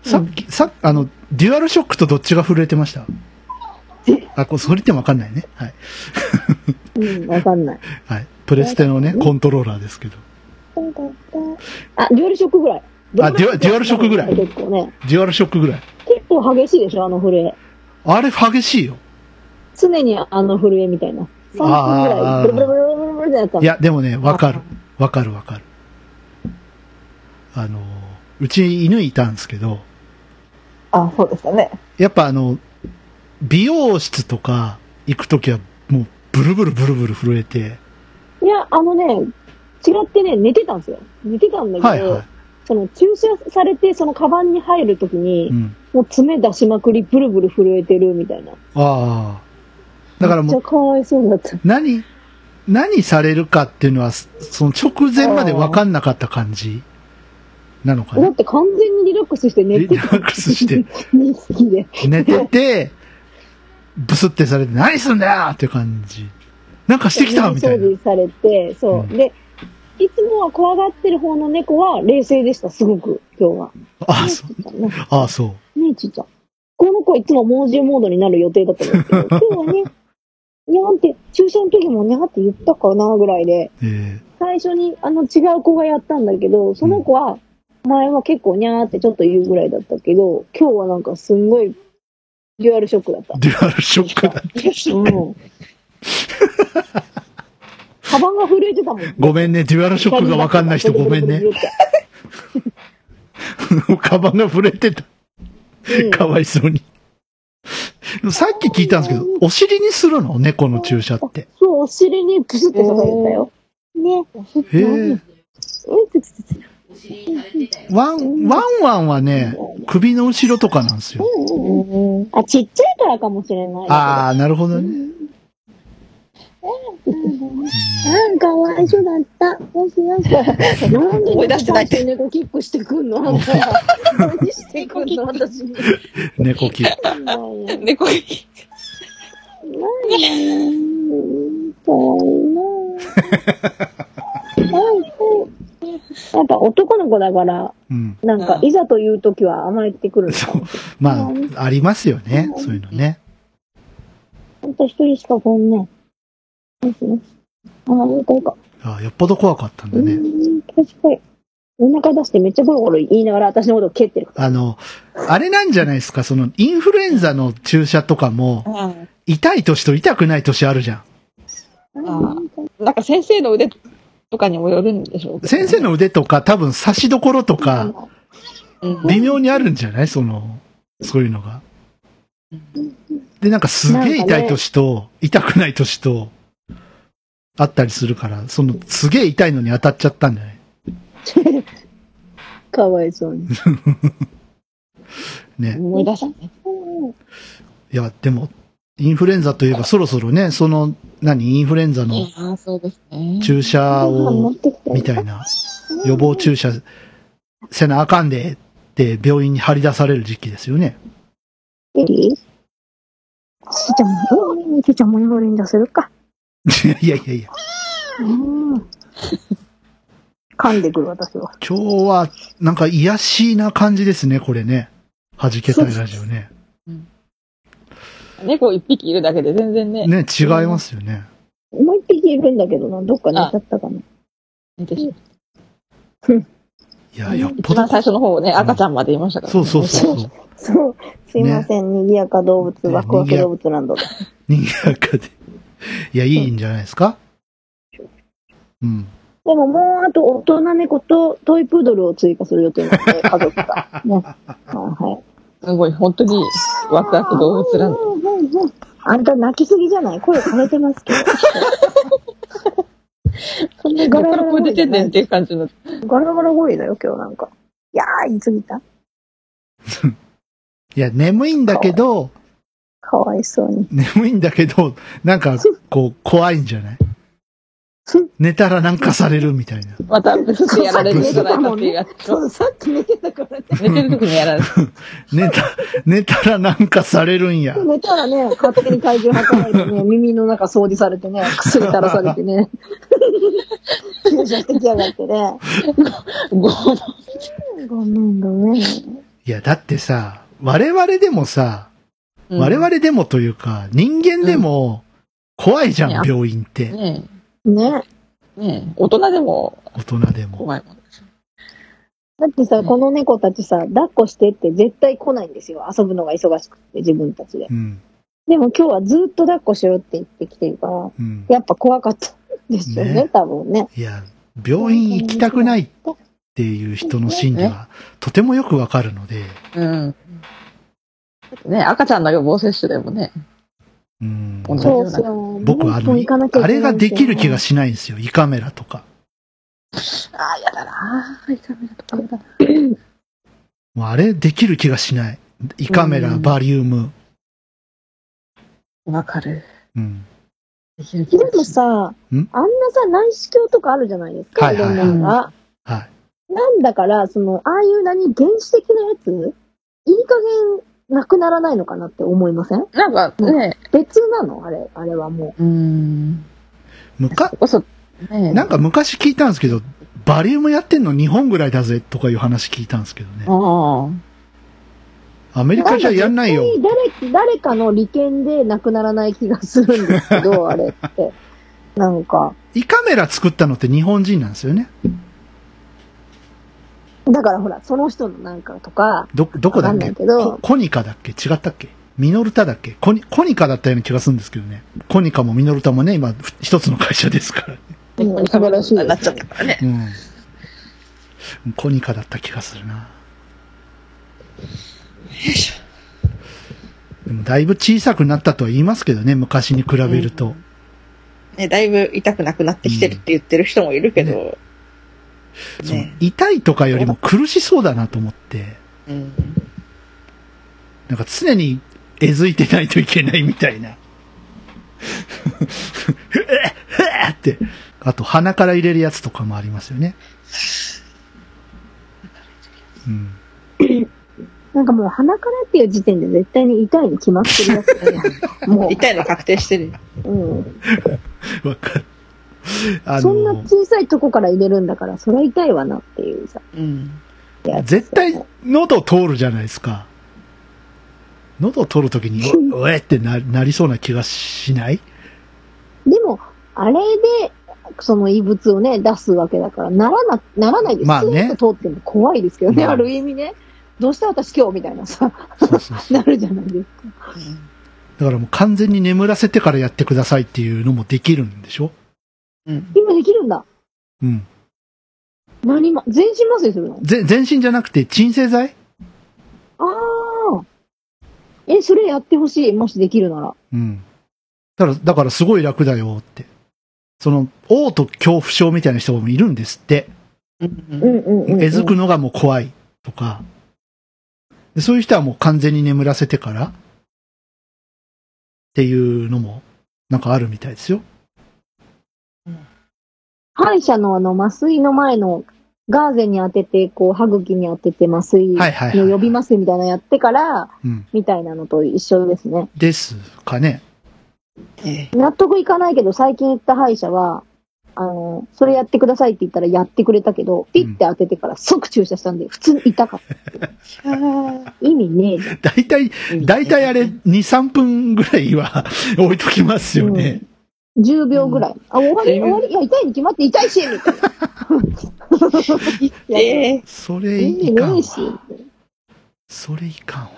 [SPEAKER 1] さっき、さっあの、デュアルショックとどっちが震えてましたあ、これ、それってわかんないね。はい。
[SPEAKER 2] うん、わかんない。
[SPEAKER 1] はい。プレステのね、コントローラーですけど。
[SPEAKER 2] あ、デュアルショックぐらい。
[SPEAKER 1] あデュアデュアルショックぐらい
[SPEAKER 2] 結構ね。
[SPEAKER 1] デュアルショックぐらい。
[SPEAKER 2] 結構激しいでしょ、あの震え。
[SPEAKER 1] あれ激しいよ。
[SPEAKER 2] 常にあの震えみたいな。3分ぐら
[SPEAKER 1] あー
[SPEAKER 2] い、ブルブルブルブルブルってやったの
[SPEAKER 1] いや、でもね、わかる。わかるわかる。あの、うち犬いたんですけど、
[SPEAKER 3] あ、そうですかね。
[SPEAKER 1] やっぱあの、美容室とか行くときはもうブルブルブルブル震えて、
[SPEAKER 2] いや、あのね、違ってね、寝てたんですよ。寝てたんだけど、
[SPEAKER 1] はいは
[SPEAKER 2] その注射されて、そのカバンに入るとき
[SPEAKER 1] い。う
[SPEAKER 2] に、
[SPEAKER 1] ん。
[SPEAKER 2] もう爪出しまくり、ブルブル震えてるみたいな。
[SPEAKER 1] ああ。だから
[SPEAKER 2] めっち
[SPEAKER 1] も
[SPEAKER 2] ゃ
[SPEAKER 1] う、
[SPEAKER 2] かわいそうだった。
[SPEAKER 1] 何、何されるかっていうのは、その直前まで分かんなかった感じなのか
[SPEAKER 2] だ
[SPEAKER 1] な
[SPEAKER 2] っ。て完全にリラックスして寝て
[SPEAKER 1] リラックスして、
[SPEAKER 2] 寝すぎで。
[SPEAKER 1] 寝てて、ブスってされて、何すんだよっていう感じ。なんかしてきたみたい
[SPEAKER 2] 大掃
[SPEAKER 1] な。
[SPEAKER 2] 除されて、そう。
[SPEAKER 1] うん
[SPEAKER 2] で、いつもは怖がってる方の猫は冷静でした、すごく、今日は。
[SPEAKER 1] ああ、
[SPEAKER 2] ね
[SPEAKER 1] そう。
[SPEAKER 2] ちーちゃんね。
[SPEAKER 1] ああ、そう。
[SPEAKER 2] ねえ、ちーちゃん。この子はいつも猛獣モードになる予定だったんで すけど、今日はね、にゃーって、注射の時もにゃーって言ったかな、ぐらいで、
[SPEAKER 1] え
[SPEAKER 2] 最初にあの違う子がやったんだけど、その子は、前は結構にゃーってちょっと言うぐらいだったけど、今日はなんかすんごい、デュアルショックだった
[SPEAKER 1] ー、。デュアルショックだ。
[SPEAKER 2] うん。カバンが震えてたもん。
[SPEAKER 1] ごめんね、デュアルショックが分かんない人ごめんね。カバンが震えてた。
[SPEAKER 2] うん
[SPEAKER 1] かわいそうに。さっき聞いたんですけど、お尻にするの猫の注射って。
[SPEAKER 2] そう、お尻にプスって刺されたよ。ね。
[SPEAKER 1] へえ。
[SPEAKER 2] うんつつつつ
[SPEAKER 4] お尻垂れてたよ。
[SPEAKER 1] ワン、ワンワンはね、首の後ろとかなんですよ。
[SPEAKER 2] うんうんあ、ちっちゃいからかもしれない。
[SPEAKER 1] ああ、なるほどね。
[SPEAKER 2] なんかわいそうだった。よしよし。 なんで
[SPEAKER 3] 思い出してないって
[SPEAKER 2] 猫キックしてくんのあんた。何してくんの私。
[SPEAKER 1] 猫キック。
[SPEAKER 2] なんや
[SPEAKER 3] 猫が
[SPEAKER 2] なんやなんかななんかやっぱ男の子だから、
[SPEAKER 1] うん。
[SPEAKER 2] なんか、いざという時は甘えてくる。
[SPEAKER 1] そう。まあ、ありますよね。そういうのね。
[SPEAKER 2] ほんと一人しかこんね。ですね。あ、いかいか。
[SPEAKER 1] ああ、よっぽど怖かったんだ
[SPEAKER 2] う
[SPEAKER 1] ね。
[SPEAKER 2] ーん、賢い。お腹出してめっちゃゴロゴロ言いながら私のことを蹴ってるか
[SPEAKER 1] あの、あれなんじゃないですか、その、インフルエンザの注射とかも、
[SPEAKER 3] うん
[SPEAKER 1] 痛い年と痛くない年あるじゃん。
[SPEAKER 2] ら。
[SPEAKER 3] あなんか先生の腕とかにもよるんでしょうけどね
[SPEAKER 1] 先生の腕とか、多分刺しどころとか、
[SPEAKER 3] うん
[SPEAKER 1] 微妙にあるんじゃないその、そういうのが。で、なんかすげえ痛い年と、痛くない年と、あったりするから、その、すげえ痛いのに当たっちゃったんじゃない
[SPEAKER 2] かわいそうに。
[SPEAKER 1] ね。
[SPEAKER 3] 思い出したね。
[SPEAKER 1] いや、でも、インフルエンザといえばそろそろね、その、何、インフルエンザの
[SPEAKER 3] ああ、そうですね。
[SPEAKER 1] 注射
[SPEAKER 2] 持
[SPEAKER 1] を
[SPEAKER 2] っ、てきて
[SPEAKER 1] みたいな、予防注射せなあかんで、って病院に張り出される時期ですよね。
[SPEAKER 2] いいちーちゃんも、うんちーちゃんもインフルエンザするか。
[SPEAKER 1] いやいやいや、
[SPEAKER 2] うん噛んでくる私は。
[SPEAKER 1] 今日は、なんか癒やしな感じですね、これね。弾けたいラジオね。
[SPEAKER 3] 猫一匹いるだけで全然ね、
[SPEAKER 1] ね、違いますよね。
[SPEAKER 2] もう一匹いるんだけどな、どっか寝ちゃったかな。
[SPEAKER 3] 寝てしまう
[SPEAKER 1] いや、よっぽ
[SPEAKER 3] 一
[SPEAKER 1] ど
[SPEAKER 3] 番。最初の方ね、赤ちゃんまでいましたからね。
[SPEAKER 1] そうそうそうそう。
[SPEAKER 2] そう、すいません、賑やか動物、
[SPEAKER 1] ね
[SPEAKER 2] ワクワク動物ランドで。
[SPEAKER 1] 賑やかで。いや、いいんじゃないですかうん。
[SPEAKER 2] でももうあと大人猫とトイプードルを追加する予定なので、家族が。ね。はいはい。
[SPEAKER 3] すごい、本当にワクワク動物ランド。
[SPEAKER 2] うんうんうんあんた泣きすぎじゃない声枯れてますけど。そんな
[SPEAKER 3] ど
[SPEAKER 2] ガ
[SPEAKER 3] っ
[SPEAKER 2] ラ
[SPEAKER 3] か
[SPEAKER 2] ガ
[SPEAKER 3] ら
[SPEAKER 2] ラ
[SPEAKER 3] 声
[SPEAKER 2] 声
[SPEAKER 3] 出
[SPEAKER 2] じ
[SPEAKER 3] て
[SPEAKER 2] ゃ
[SPEAKER 3] ん
[SPEAKER 2] な
[SPEAKER 3] ねんっ
[SPEAKER 2] い。
[SPEAKER 3] ていう感じの。
[SPEAKER 2] ガラガラ声だよ、今日なんか。いやー、言い過ぎた。
[SPEAKER 1] いや、眠いんだけど、
[SPEAKER 2] かわいそうに。
[SPEAKER 1] 眠いんだけど、なんか、こう、怖いんじゃない寝たらなんかされるみたいな。
[SPEAKER 3] またブスってやられるじゃないかっていうやつ。
[SPEAKER 2] そう、さっき寝てたからね。
[SPEAKER 3] 寝てる時にやられる。
[SPEAKER 1] 寝た、寝たらなんかされるんや。
[SPEAKER 2] 寝たらね、勝手に体重測られて ね、耳の中掃除されてね、薬垂らされてね。注射してきやがってね。
[SPEAKER 3] ごめん
[SPEAKER 2] ごめんごめん。
[SPEAKER 1] いや、だってさ、我々でもさ、
[SPEAKER 3] うん
[SPEAKER 1] 我々でもというか、人間でも、怖いじゃん、
[SPEAKER 3] いや
[SPEAKER 1] 病院って。
[SPEAKER 3] ね
[SPEAKER 2] ね。
[SPEAKER 3] え、ねえ、大人でも
[SPEAKER 1] 大人でも。
[SPEAKER 3] 怖いもん。
[SPEAKER 2] だってさ、この猫たちさ、抱っこしてって絶対来ないんですよ。遊ぶのが忙しくて、自分たちで。
[SPEAKER 1] うん、
[SPEAKER 2] でも今日はずっと抱っこしろって言ってきてるから、
[SPEAKER 1] うん。
[SPEAKER 2] やっぱ怖かったですよね、
[SPEAKER 1] ね
[SPEAKER 2] 多分ね。
[SPEAKER 1] いや、病院行きたくないっていう人の心理は、とてもよくわかるので、
[SPEAKER 3] うん。ねえ赤ちゃんの予防接種でもね、
[SPEAKER 1] うん。
[SPEAKER 3] 同じよ
[SPEAKER 2] そうう
[SPEAKER 3] な。
[SPEAKER 2] そう。
[SPEAKER 1] 僕、あ
[SPEAKER 2] も
[SPEAKER 1] の
[SPEAKER 2] う行かな、きゃい
[SPEAKER 1] あ
[SPEAKER 2] けない
[SPEAKER 1] れができる気が
[SPEAKER 2] し
[SPEAKER 1] しないんですよ。胃カメラとか。
[SPEAKER 3] ああ、やだな。はい、カメラとかやだな。
[SPEAKER 1] もうあれできる気がしない。胃カメラ、
[SPEAKER 3] うん
[SPEAKER 1] バリウム。
[SPEAKER 3] わかる。
[SPEAKER 1] うん。
[SPEAKER 2] でもさ、あん
[SPEAKER 1] ん
[SPEAKER 2] なさ、内視鏡とかあるじゃないですか、
[SPEAKER 1] はいいはい
[SPEAKER 2] ろ
[SPEAKER 1] はい
[SPEAKER 2] んなのが。
[SPEAKER 1] はい。
[SPEAKER 2] なんだから、その、ああいう何、原始的なやつ、いい加減なくならないのかなって思いません
[SPEAKER 3] なんかね、
[SPEAKER 2] 別なのあれ、あれはも
[SPEAKER 3] うん。
[SPEAKER 1] むか、
[SPEAKER 3] こそ、ね
[SPEAKER 1] なんか昔聞いたんですけど、バリウムやってんの日本ぐらいだぜとかいう話聞いたんですけどね。
[SPEAKER 3] ああ。
[SPEAKER 1] アメ
[SPEAKER 2] う。
[SPEAKER 1] リカじゃやんないよ。
[SPEAKER 2] んか絶対誰、誰かの利権でなくならない気がするんです けど、あれって。なんか、
[SPEAKER 1] 胃カメラ作ったのって日本人なんですよね。
[SPEAKER 2] だからほら、その人のなんかとか、
[SPEAKER 1] ど、どこだっ
[SPEAKER 2] わかんな
[SPEAKER 1] け
[SPEAKER 2] いけど
[SPEAKER 1] ココニカだっけ違ったっけミノルタだっけコニコニカだったような気がするんですけどね。コニカもミノルタもね、今、ふ一つの会社ですから、ね。
[SPEAKER 2] もう素晴らしい
[SPEAKER 3] なっちゃったからね。
[SPEAKER 1] うん。コニカだった気がするな。でもだいぶ小さくなったとは言いますけどね、昔に比べると。
[SPEAKER 3] ね、だいぶ痛くなくなってきてるって言ってる人もいるけど。
[SPEAKER 1] その
[SPEAKER 3] ね。
[SPEAKER 1] 痛いとかよりも苦しそうだなと思って、
[SPEAKER 3] うん。
[SPEAKER 1] なんか常にえずいてないといけないみたいな。ふえふえって。あと鼻から入れるやつとかもありますよね。うん。
[SPEAKER 2] なんかもう鼻からっていう時点で絶対に痛いに決まってるやつ。も
[SPEAKER 3] 痛いの確定してる。
[SPEAKER 2] う、うん。
[SPEAKER 1] わかる。あ
[SPEAKER 2] そんな
[SPEAKER 1] の、
[SPEAKER 2] 小さいとこから入れるんだから、それは痛いわなっていうさ。
[SPEAKER 3] うん。
[SPEAKER 2] やつ
[SPEAKER 1] 絶対喉通るじゃないですか。喉通るときに、おえってななりそうな気がしない
[SPEAKER 2] でも、あれで、その異物をね、出すわけだから、ならな、ならないです。
[SPEAKER 1] まあね
[SPEAKER 2] スーッと通っても怖いですけどね、
[SPEAKER 1] うん
[SPEAKER 2] ある意味ね。どうした私今日みたいなさ、
[SPEAKER 1] そうそうそう。
[SPEAKER 2] なるじゃないですか。
[SPEAKER 1] だからもう完全に眠らせてからやってくださいっていうのもできるんでしょ
[SPEAKER 3] うん。
[SPEAKER 2] 今できるんだ。
[SPEAKER 1] うん。
[SPEAKER 2] 何ま、全身麻酔するの
[SPEAKER 1] ぜ全身じゃなくて鎮静剤
[SPEAKER 2] ああ。え、それやってほしい。もしできるなら。
[SPEAKER 1] うん。だから、だからすごい楽だよって。その、嘔吐恐怖症みたいな人もいるんですって。
[SPEAKER 3] うん。
[SPEAKER 2] んうん
[SPEAKER 1] えずくのがもう怖いとか。でそういう人はもう完全に眠らせてからっていうのも、なんかあるみたいですよ。
[SPEAKER 2] 歯医者のあの麻酔の前のガーゼに当てて、こう歯茎に当てて麻酔
[SPEAKER 1] はいはいはい
[SPEAKER 2] の予備麻酔みたいなのやってから、
[SPEAKER 1] うん。
[SPEAKER 2] みたいなのと一緒ですね。
[SPEAKER 1] ですかね。
[SPEAKER 3] ええ
[SPEAKER 2] 納得いかないけど、最近行った歯医者は、あの、それやってくださいって言ったらやってくれたけど、ピッて当ててから即注射したんで、普通に痛かった。意味ねえじゃん。
[SPEAKER 1] だいたい、だいたいあれ、2、3分ぐらいは 置いときますよね。
[SPEAKER 2] 10秒ぐらい。あ、終わり
[SPEAKER 3] 10
[SPEAKER 2] 終わりいや、痛いに決まって痛いしみたいな。
[SPEAKER 3] ええ
[SPEAKER 1] それ
[SPEAKER 2] 意味
[SPEAKER 1] いか
[SPEAKER 2] ね
[SPEAKER 1] ん
[SPEAKER 2] え
[SPEAKER 1] わ。
[SPEAKER 2] し。
[SPEAKER 1] それいかんわ。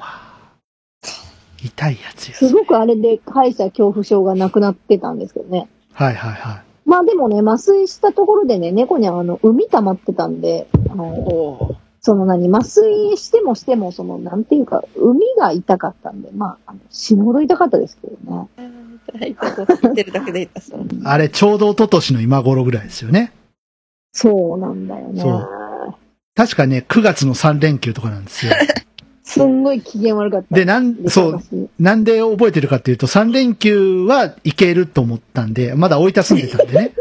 [SPEAKER 1] 痛いやつや。
[SPEAKER 2] すごくあれで歯医者恐怖症がなくなってたんですけどね。
[SPEAKER 1] はいはいは
[SPEAKER 2] まあでもね、麻酔したところでね、猫にはあの、海溜まってたんで、あの
[SPEAKER 3] おー
[SPEAKER 2] その何、麻酔してもしても、その、なんていうか、海が痛かったんで、まあ、あの死ぬほど痛かったですけどね。
[SPEAKER 3] 痛いとこ聞いてるだけで痛そう。
[SPEAKER 1] い。あれ、ちょうど一昨年の今頃ぐらいですよね。
[SPEAKER 2] そうなんだよね
[SPEAKER 1] そ。確かね、9月の3連休とかなん ですよ。
[SPEAKER 2] すんごい機嫌悪かった。
[SPEAKER 1] で、なん、そう、
[SPEAKER 2] 私
[SPEAKER 1] なんで覚えてるかっていうと、3連休は行けると思ったんで、まだ大分住んでたんで ね。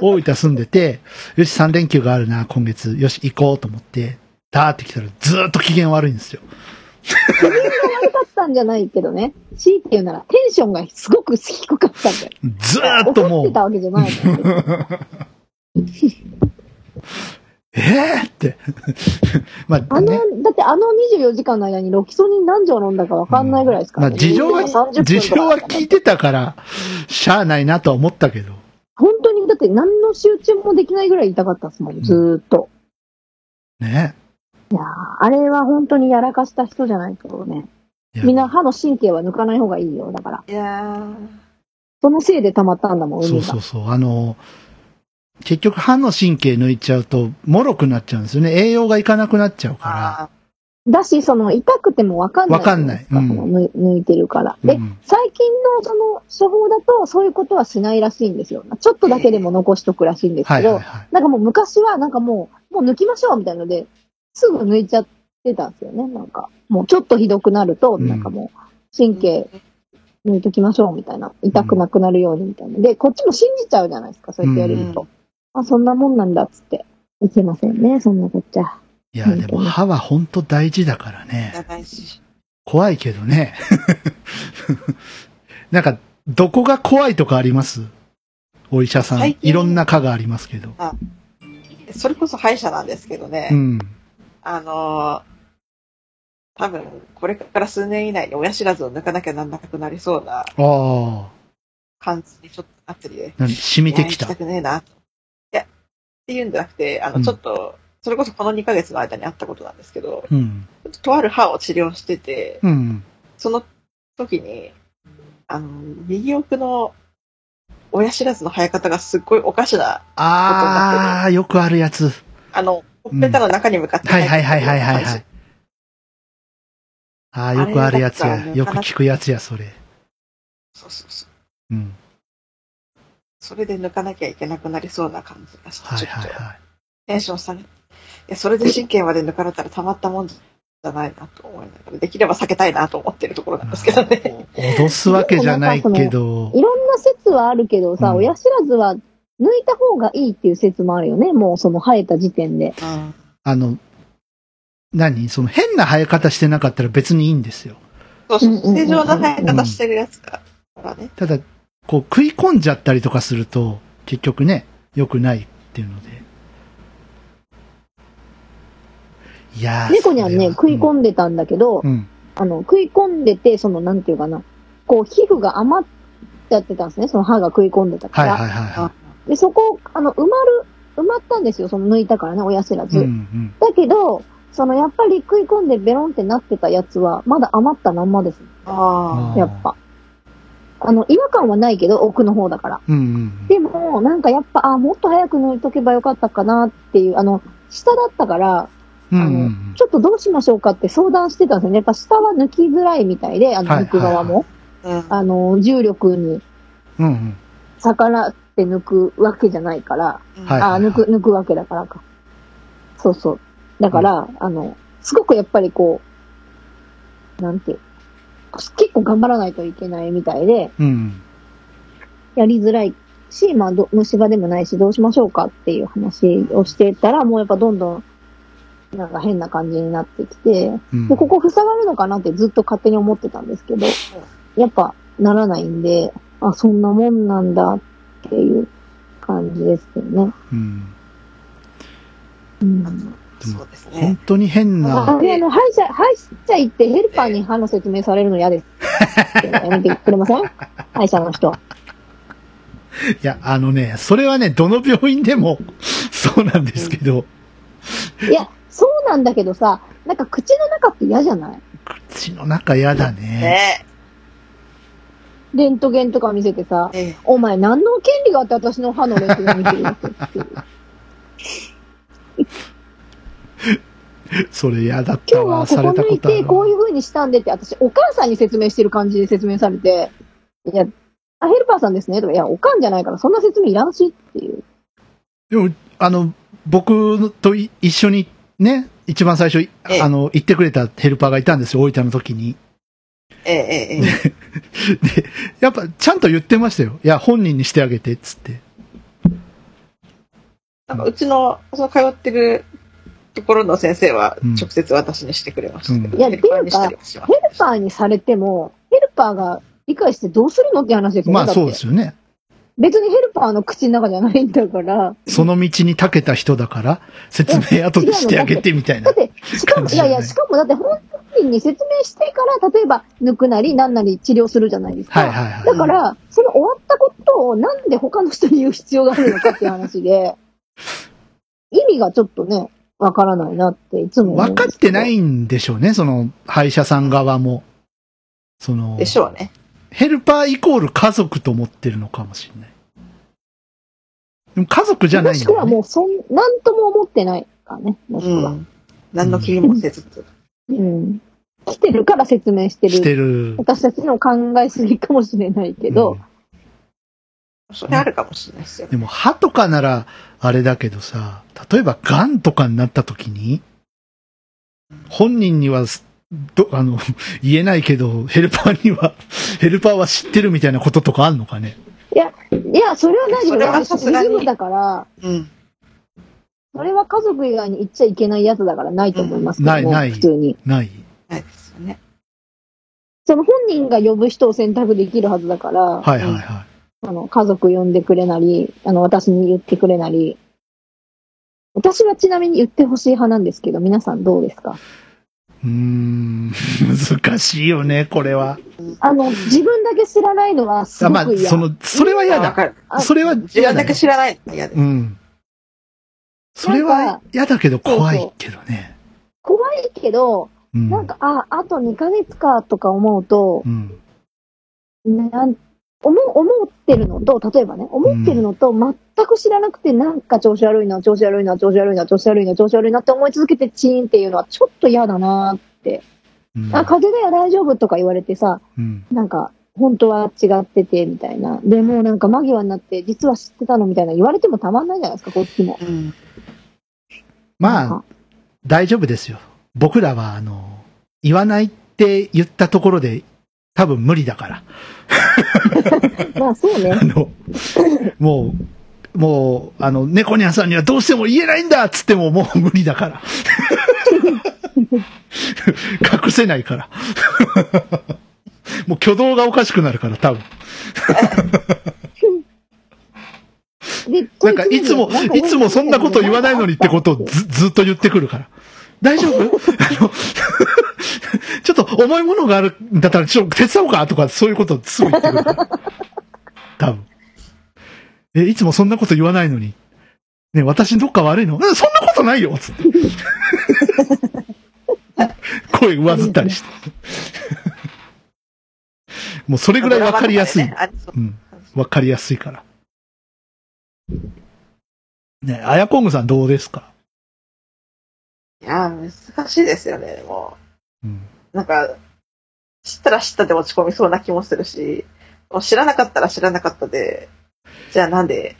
[SPEAKER 1] 大分住んでて、よし、3連休があるな、今月。よし、行こうと思って、ダーって来たらずーっと機嫌悪いんですよ。
[SPEAKER 2] 悪かったんじゃないけどね。強いて言うなら、テンションがすごく低かったんだよ。
[SPEAKER 1] ずーっとも
[SPEAKER 2] 怒って
[SPEAKER 1] う
[SPEAKER 2] た、わけじゃないの。
[SPEAKER 1] えぇ、ー、って。 ま
[SPEAKER 2] あ
[SPEAKER 1] あ
[SPEAKER 2] の、
[SPEAKER 1] ね。
[SPEAKER 2] だってあの24時間の間にロキソニン何錠飲んだかわかんないぐらいですか
[SPEAKER 1] まあ、
[SPEAKER 2] ら、ね
[SPEAKER 1] 事情は、
[SPEAKER 2] 30分とか
[SPEAKER 1] 事情は聞いてたから、しゃあないなとは思ったけど。
[SPEAKER 2] 本当に、だって何の集中もできないぐらい痛かったですもん、ずーっと。
[SPEAKER 1] ね。
[SPEAKER 2] いやーあれは本当にやらかした人じゃないとね。
[SPEAKER 1] いや
[SPEAKER 2] みんな歯の神経は抜かない方がいいよ、だから。
[SPEAKER 3] いや
[SPEAKER 2] そのせいで溜まったんだもん、
[SPEAKER 1] そ
[SPEAKER 2] 海
[SPEAKER 1] うそ
[SPEAKER 2] が
[SPEAKER 1] う。そう。あの、結局歯の神経抜いちゃうと、脆くなっちゃうんですよね。栄養がいかなくなっちゃうか
[SPEAKER 3] あ
[SPEAKER 2] だし、その痛くてもわかんない。
[SPEAKER 1] わかんない
[SPEAKER 2] そ
[SPEAKER 1] うん
[SPEAKER 2] の抜抜いてるから。で、
[SPEAKER 1] うん
[SPEAKER 2] 最近のその処方だとそういうことはしないらしいんですよ。ちょっとだけでも残しとくらしいんで
[SPEAKER 1] ら。
[SPEAKER 2] す
[SPEAKER 1] は
[SPEAKER 2] け
[SPEAKER 1] いはい
[SPEAKER 2] ど、
[SPEAKER 1] はい。
[SPEAKER 2] なんかもう昔はなんかもう、もう抜きましょうみたいなので、すぐ抜いちゃっ出たんですよね。なんか、もうちょっとひどくなると、
[SPEAKER 1] うん
[SPEAKER 2] なんかもう、神経抜いときましょうみたいな。痛くなくなるようにみたいな。で、こっちも信じちゃうじゃないですか、そうやってやれると。あ、そんなもんなんだっつって。いけませんね、そんなこっちゃ。
[SPEAKER 1] いや、でも歯は本当大事だからね。
[SPEAKER 3] 大事。
[SPEAKER 1] 怖いけどね。 なんか、どこが怖いとかありますお医者さん
[SPEAKER 3] 最。近
[SPEAKER 1] いろんな科がありますけど。
[SPEAKER 3] それこそ歯医者なんですけどね、
[SPEAKER 1] うん。
[SPEAKER 3] あのー多分これから数年以内に親知らずを抜かなきゃなんなくなりそうな
[SPEAKER 1] ああ、
[SPEAKER 3] 感じにちょっとあったりで、
[SPEAKER 1] なん染みてき
[SPEAKER 3] いや行
[SPEAKER 1] た
[SPEAKER 3] きた。くねえなと。いや、っていうんじゃなくて、あ
[SPEAKER 1] う
[SPEAKER 3] の、
[SPEAKER 1] ん
[SPEAKER 3] ちょっと、それこそこの2ヶ月の間にあったことなんですけど、
[SPEAKER 1] うん。
[SPEAKER 3] とある歯を治療してて、
[SPEAKER 1] うん。
[SPEAKER 3] その時に、あの、右奥の親知らずの生え方がすっごいおかしな、
[SPEAKER 1] ああ、よくあるやつ。
[SPEAKER 3] あの、ほっぺたの中に向かって
[SPEAKER 1] は
[SPEAKER 3] 生え
[SPEAKER 1] い
[SPEAKER 3] てく
[SPEAKER 1] はい
[SPEAKER 3] る
[SPEAKER 1] はいはいはいはい。ああ、よくあるやつ
[SPEAKER 3] あ
[SPEAKER 1] や。
[SPEAKER 3] れだったら
[SPEAKER 1] よく聞くやつや、それ。
[SPEAKER 3] そうそうそう。
[SPEAKER 1] うん。
[SPEAKER 3] それで抜かなきゃいけなくなりそうな感じがして、
[SPEAKER 1] はい
[SPEAKER 3] ちょ
[SPEAKER 1] は
[SPEAKER 3] っ
[SPEAKER 1] い
[SPEAKER 3] と
[SPEAKER 1] はい。
[SPEAKER 3] テンション下げいや、それで神経まで抜かれたらたまったもんじゃないなと思いながら、できれば避けたいなと思ってるところなんですけどね。
[SPEAKER 1] 脅すわけじゃないけど
[SPEAKER 2] い、ろんな説はあるけどさ、
[SPEAKER 1] うん
[SPEAKER 2] 親知らずは抜いた方がいいっていう説もあるよね。もうその生えた時点で。
[SPEAKER 3] うん
[SPEAKER 1] あの、何その変な生え方してなかったら別にいいんですよ。
[SPEAKER 3] そうそうう、
[SPEAKER 2] んうんうんうん
[SPEAKER 3] 正常な生え方してるやつからね。
[SPEAKER 1] ただ、こう食い込んじゃったりとかすると、結局ね、良くないっていうので。いやー
[SPEAKER 2] 猫にはね、食い込
[SPEAKER 1] で、
[SPEAKER 2] んでたんだけど、
[SPEAKER 1] うんうん。
[SPEAKER 2] あの、食い込んでて、その、なんていうかな、こう、皮膚が余っちゃってたんですね、その歯が食い込んでたか
[SPEAKER 1] はい
[SPEAKER 2] ら。
[SPEAKER 1] はいはいは
[SPEAKER 2] で、そこ、あの、埋まる、埋まったんですよ、その抜いたからね、親知ら
[SPEAKER 1] い。
[SPEAKER 2] ず。
[SPEAKER 1] うんうん。
[SPEAKER 2] だけど、その、やっぱり食い込んでベロンってなってたやつは、まだ余ったまんまです、
[SPEAKER 3] あ
[SPEAKER 1] あー
[SPEAKER 2] やっぱ。あの、違和感はないけど、奥の方だから。
[SPEAKER 1] うんうん
[SPEAKER 2] でも、なんかやっぱ、あ、もっと早く抜いとけばよかったかなっていう、あの、下だったから、
[SPEAKER 1] うん。う
[SPEAKER 2] あ
[SPEAKER 1] んう
[SPEAKER 2] の
[SPEAKER 1] ん
[SPEAKER 2] ちょっとどうしましょうかって相談してたんですよね。やっぱ下は抜きづらいみたいで、あの、
[SPEAKER 1] はい
[SPEAKER 2] 抜く側も。
[SPEAKER 3] あ。うん。
[SPEAKER 2] あの、重力に
[SPEAKER 1] うんうん。
[SPEAKER 2] 逆らって抜くわけじゃないから、
[SPEAKER 3] うん
[SPEAKER 1] はい
[SPEAKER 2] あ、抜く、抜くわけだからか。そうそう。だから、あの、すごくやっぱりこう、なんていう、結構頑張らないといけないみたいで、
[SPEAKER 1] うん。
[SPEAKER 2] やりづらいし、まあど、虫歯でもないし、どうしましょうかっていう話をしてたら、もうやっぱどんどん、なんか変な感じになってきて、
[SPEAKER 1] うん。
[SPEAKER 2] で、ここ塞がるのかなってずっと勝手に思ってたんですけど、やっぱならないんで、あ、そんなもんなんだっていう感じですけどね。
[SPEAKER 1] うん。
[SPEAKER 2] うん。
[SPEAKER 3] そうです
[SPEAKER 1] 本
[SPEAKER 3] ね。
[SPEAKER 1] 当に変な
[SPEAKER 2] あ、、で、あの、歯医者、歯医者行ってヘルパーに歯の説明されるの嫌です。やめてくれません歯医者の人。
[SPEAKER 1] いや、あのね、それはね、どの病院でも そうなんですけど、
[SPEAKER 2] いや、そうなんだけどさ、なんか口の中って嫌じゃない
[SPEAKER 1] 口の中やだね。
[SPEAKER 3] ね
[SPEAKER 2] レントゲンとか見せてさ、
[SPEAKER 3] え。ね
[SPEAKER 2] お前何の権利があって私の歯のレントゲン見てるわけっていう。
[SPEAKER 1] それやだった
[SPEAKER 2] 今日は
[SPEAKER 1] わ、
[SPEAKER 2] ここ
[SPEAKER 1] された
[SPEAKER 2] 抜
[SPEAKER 1] こ
[SPEAKER 2] い
[SPEAKER 1] とあ
[SPEAKER 2] て、
[SPEAKER 1] る
[SPEAKER 2] こういう風にしたんでって、私、お母さんに説明してる感じで説明されて、いや、あ、ヘルパーさんですね、とか、いや、おかんじゃないから、そんな説明いらんしっていう。
[SPEAKER 1] でも、あの、僕とい一緒にね、一番最初い、
[SPEAKER 3] ええ
[SPEAKER 1] あの、行ってくれたヘルパーがいたんですよ、大分の時に。
[SPEAKER 3] えええええ
[SPEAKER 1] で、やっぱ、ちゃんと言ってましたよ。いや、本人にしてあげて、っつって。
[SPEAKER 3] え。なんかうちの、その通ってるところの先生は
[SPEAKER 1] うん
[SPEAKER 3] 直接私にしてくれましたけど。
[SPEAKER 1] うん
[SPEAKER 2] いや
[SPEAKER 3] ヘルパーにしたりはします
[SPEAKER 2] ヘルパーにされても、ヘルパーが理解してどうするのって話ですよね。
[SPEAKER 1] まあ、
[SPEAKER 2] だって
[SPEAKER 1] そうですよね。
[SPEAKER 2] 別にヘルパーの口の中じゃないんだから。
[SPEAKER 1] その道に長けた人だから、説明後でしてあげて、みたいな
[SPEAKER 2] だっ。て、しか
[SPEAKER 1] 感
[SPEAKER 2] も、
[SPEAKER 1] じ
[SPEAKER 2] い
[SPEAKER 1] じゃ
[SPEAKER 2] や
[SPEAKER 1] ない
[SPEAKER 2] いや、しかもだって本人に説明してから、例えば、抜くなり、なんなり治療するじゃないですか。
[SPEAKER 1] はいはいはい
[SPEAKER 2] だから、その終わったことをなんで他の人に言う必要があるのかっていう話で、 意味がちょっとね、わからないなっていつも思う
[SPEAKER 1] 分
[SPEAKER 2] んで
[SPEAKER 1] か
[SPEAKER 2] す
[SPEAKER 1] っ
[SPEAKER 2] け
[SPEAKER 1] て
[SPEAKER 2] ど
[SPEAKER 1] ないんでしょうね、その、歯医者さん側も。その
[SPEAKER 3] で、しょうね。
[SPEAKER 1] ヘルパーイコール家族と思ってるのかもしれない。でも家族じゃない
[SPEAKER 2] も
[SPEAKER 1] ん
[SPEAKER 2] し
[SPEAKER 1] だ
[SPEAKER 2] く
[SPEAKER 1] よ
[SPEAKER 2] は
[SPEAKER 1] ね
[SPEAKER 2] もうそん、なんとも思ってないからね、もし
[SPEAKER 3] う
[SPEAKER 2] くは。
[SPEAKER 3] ん。何の気にもせず。
[SPEAKER 2] うん。来てるから説明して
[SPEAKER 1] して
[SPEAKER 2] る。
[SPEAKER 1] る。
[SPEAKER 2] 私たちの考えすぎかもしれないけ
[SPEAKER 1] う
[SPEAKER 2] ど
[SPEAKER 1] ん、
[SPEAKER 3] それあるかもしれないですよ。
[SPEAKER 1] でも歯とかならあれだけどさ、例えば癌とかになった時に、本人にはす、ど、あの、 言えないけど、ヘルパーには、ヘルパーは知ってるみたいなこととかあんのかね。
[SPEAKER 2] いや、いや、それは大丈
[SPEAKER 3] そ
[SPEAKER 2] 夫
[SPEAKER 3] れ
[SPEAKER 2] だ。
[SPEAKER 3] はさすが
[SPEAKER 2] 義
[SPEAKER 3] に
[SPEAKER 2] 務だから、
[SPEAKER 3] うん。
[SPEAKER 2] それは家族以外に言っちゃいけないやつだからないと思いますけどね、
[SPEAKER 1] うんないない
[SPEAKER 2] 普通に。
[SPEAKER 1] ない。
[SPEAKER 3] ないですよね。
[SPEAKER 2] その本人が呼ぶ人を選択できるはずだから、
[SPEAKER 1] はいはいは
[SPEAKER 2] あの、家族呼んでくれなり、あの、私に言ってくれなり。私はちなみに言ってほしい派なんですけど、皆さんどうですか
[SPEAKER 1] い。うーん、難しいよね、これは。
[SPEAKER 2] あの、自分だけ知らないのはす
[SPEAKER 1] あ
[SPEAKER 2] ご
[SPEAKER 1] まあ
[SPEAKER 2] く、嫌。
[SPEAKER 1] その、それは嫌
[SPEAKER 3] わ
[SPEAKER 1] だ。
[SPEAKER 3] かる。
[SPEAKER 2] あ
[SPEAKER 1] それは
[SPEAKER 3] 自
[SPEAKER 1] 嫌
[SPEAKER 3] 分
[SPEAKER 1] だ
[SPEAKER 3] だけ
[SPEAKER 1] よ。
[SPEAKER 3] 知らないの嫌です。
[SPEAKER 1] うん。それは嫌だけど怖いけどね。
[SPEAKER 2] 怖いけど、
[SPEAKER 1] うん。
[SPEAKER 2] なんか、あ、あと2ヶ月かとか思うと、
[SPEAKER 1] うん。
[SPEAKER 2] なん思う思ってるのと、例えばね、思ってるのと、全く知らなくて、なんか調子悪いな、調子悪いな、調子悪いな、調子悪いな、調子悪いなって思い続けてチーンっていうのはちょっと嫌だなって。
[SPEAKER 1] うん
[SPEAKER 2] あ、風邪だよ、大丈夫とか言われてさ、
[SPEAKER 1] うん。
[SPEAKER 2] なんか、本当は違ってて、みたいな。でもうなんか間際になって、実は知ってたのみたいな言われてもたまんないじゃないですか、こっちも。
[SPEAKER 3] うん。
[SPEAKER 2] なん
[SPEAKER 1] まあ
[SPEAKER 2] か、
[SPEAKER 1] 大丈夫ですよ。僕らは、あの、言わないって言ったところで、多分無理だから。
[SPEAKER 2] まあそうね
[SPEAKER 1] あ。の、もう、もう、あの、猫ニャンさんにはどうしても言えないんだっつってももう無理だから。 隠せないから。もう挙動がおかしくなるから、多分。
[SPEAKER 2] で、
[SPEAKER 1] なんかいつも
[SPEAKER 2] なん、か
[SPEAKER 1] いつもそんなこと言わないのにってことをずずっと言ってくるから。大丈夫 あの、ちょっと重いものがあるんだったらちょっと手伝おうかとかそういうことをすぐ言ってくるから。多分。え、いつもそんなこと言わないのに。ね、私どっか悪いのうんそんなことないよ つって。声上ずったり して。もうそれぐらいわかりやすい
[SPEAKER 3] ド。ラマとか
[SPEAKER 1] う
[SPEAKER 3] でね
[SPEAKER 1] ん。わかりやすいから。ねあやこんぐさんどうですか
[SPEAKER 3] あそういやー、難しいですよね、でも。
[SPEAKER 1] うん。
[SPEAKER 3] なんか、知ったら知ったで落ち込みそうな気もするし、もう知らなかったら知らなかったで、じゃあなんで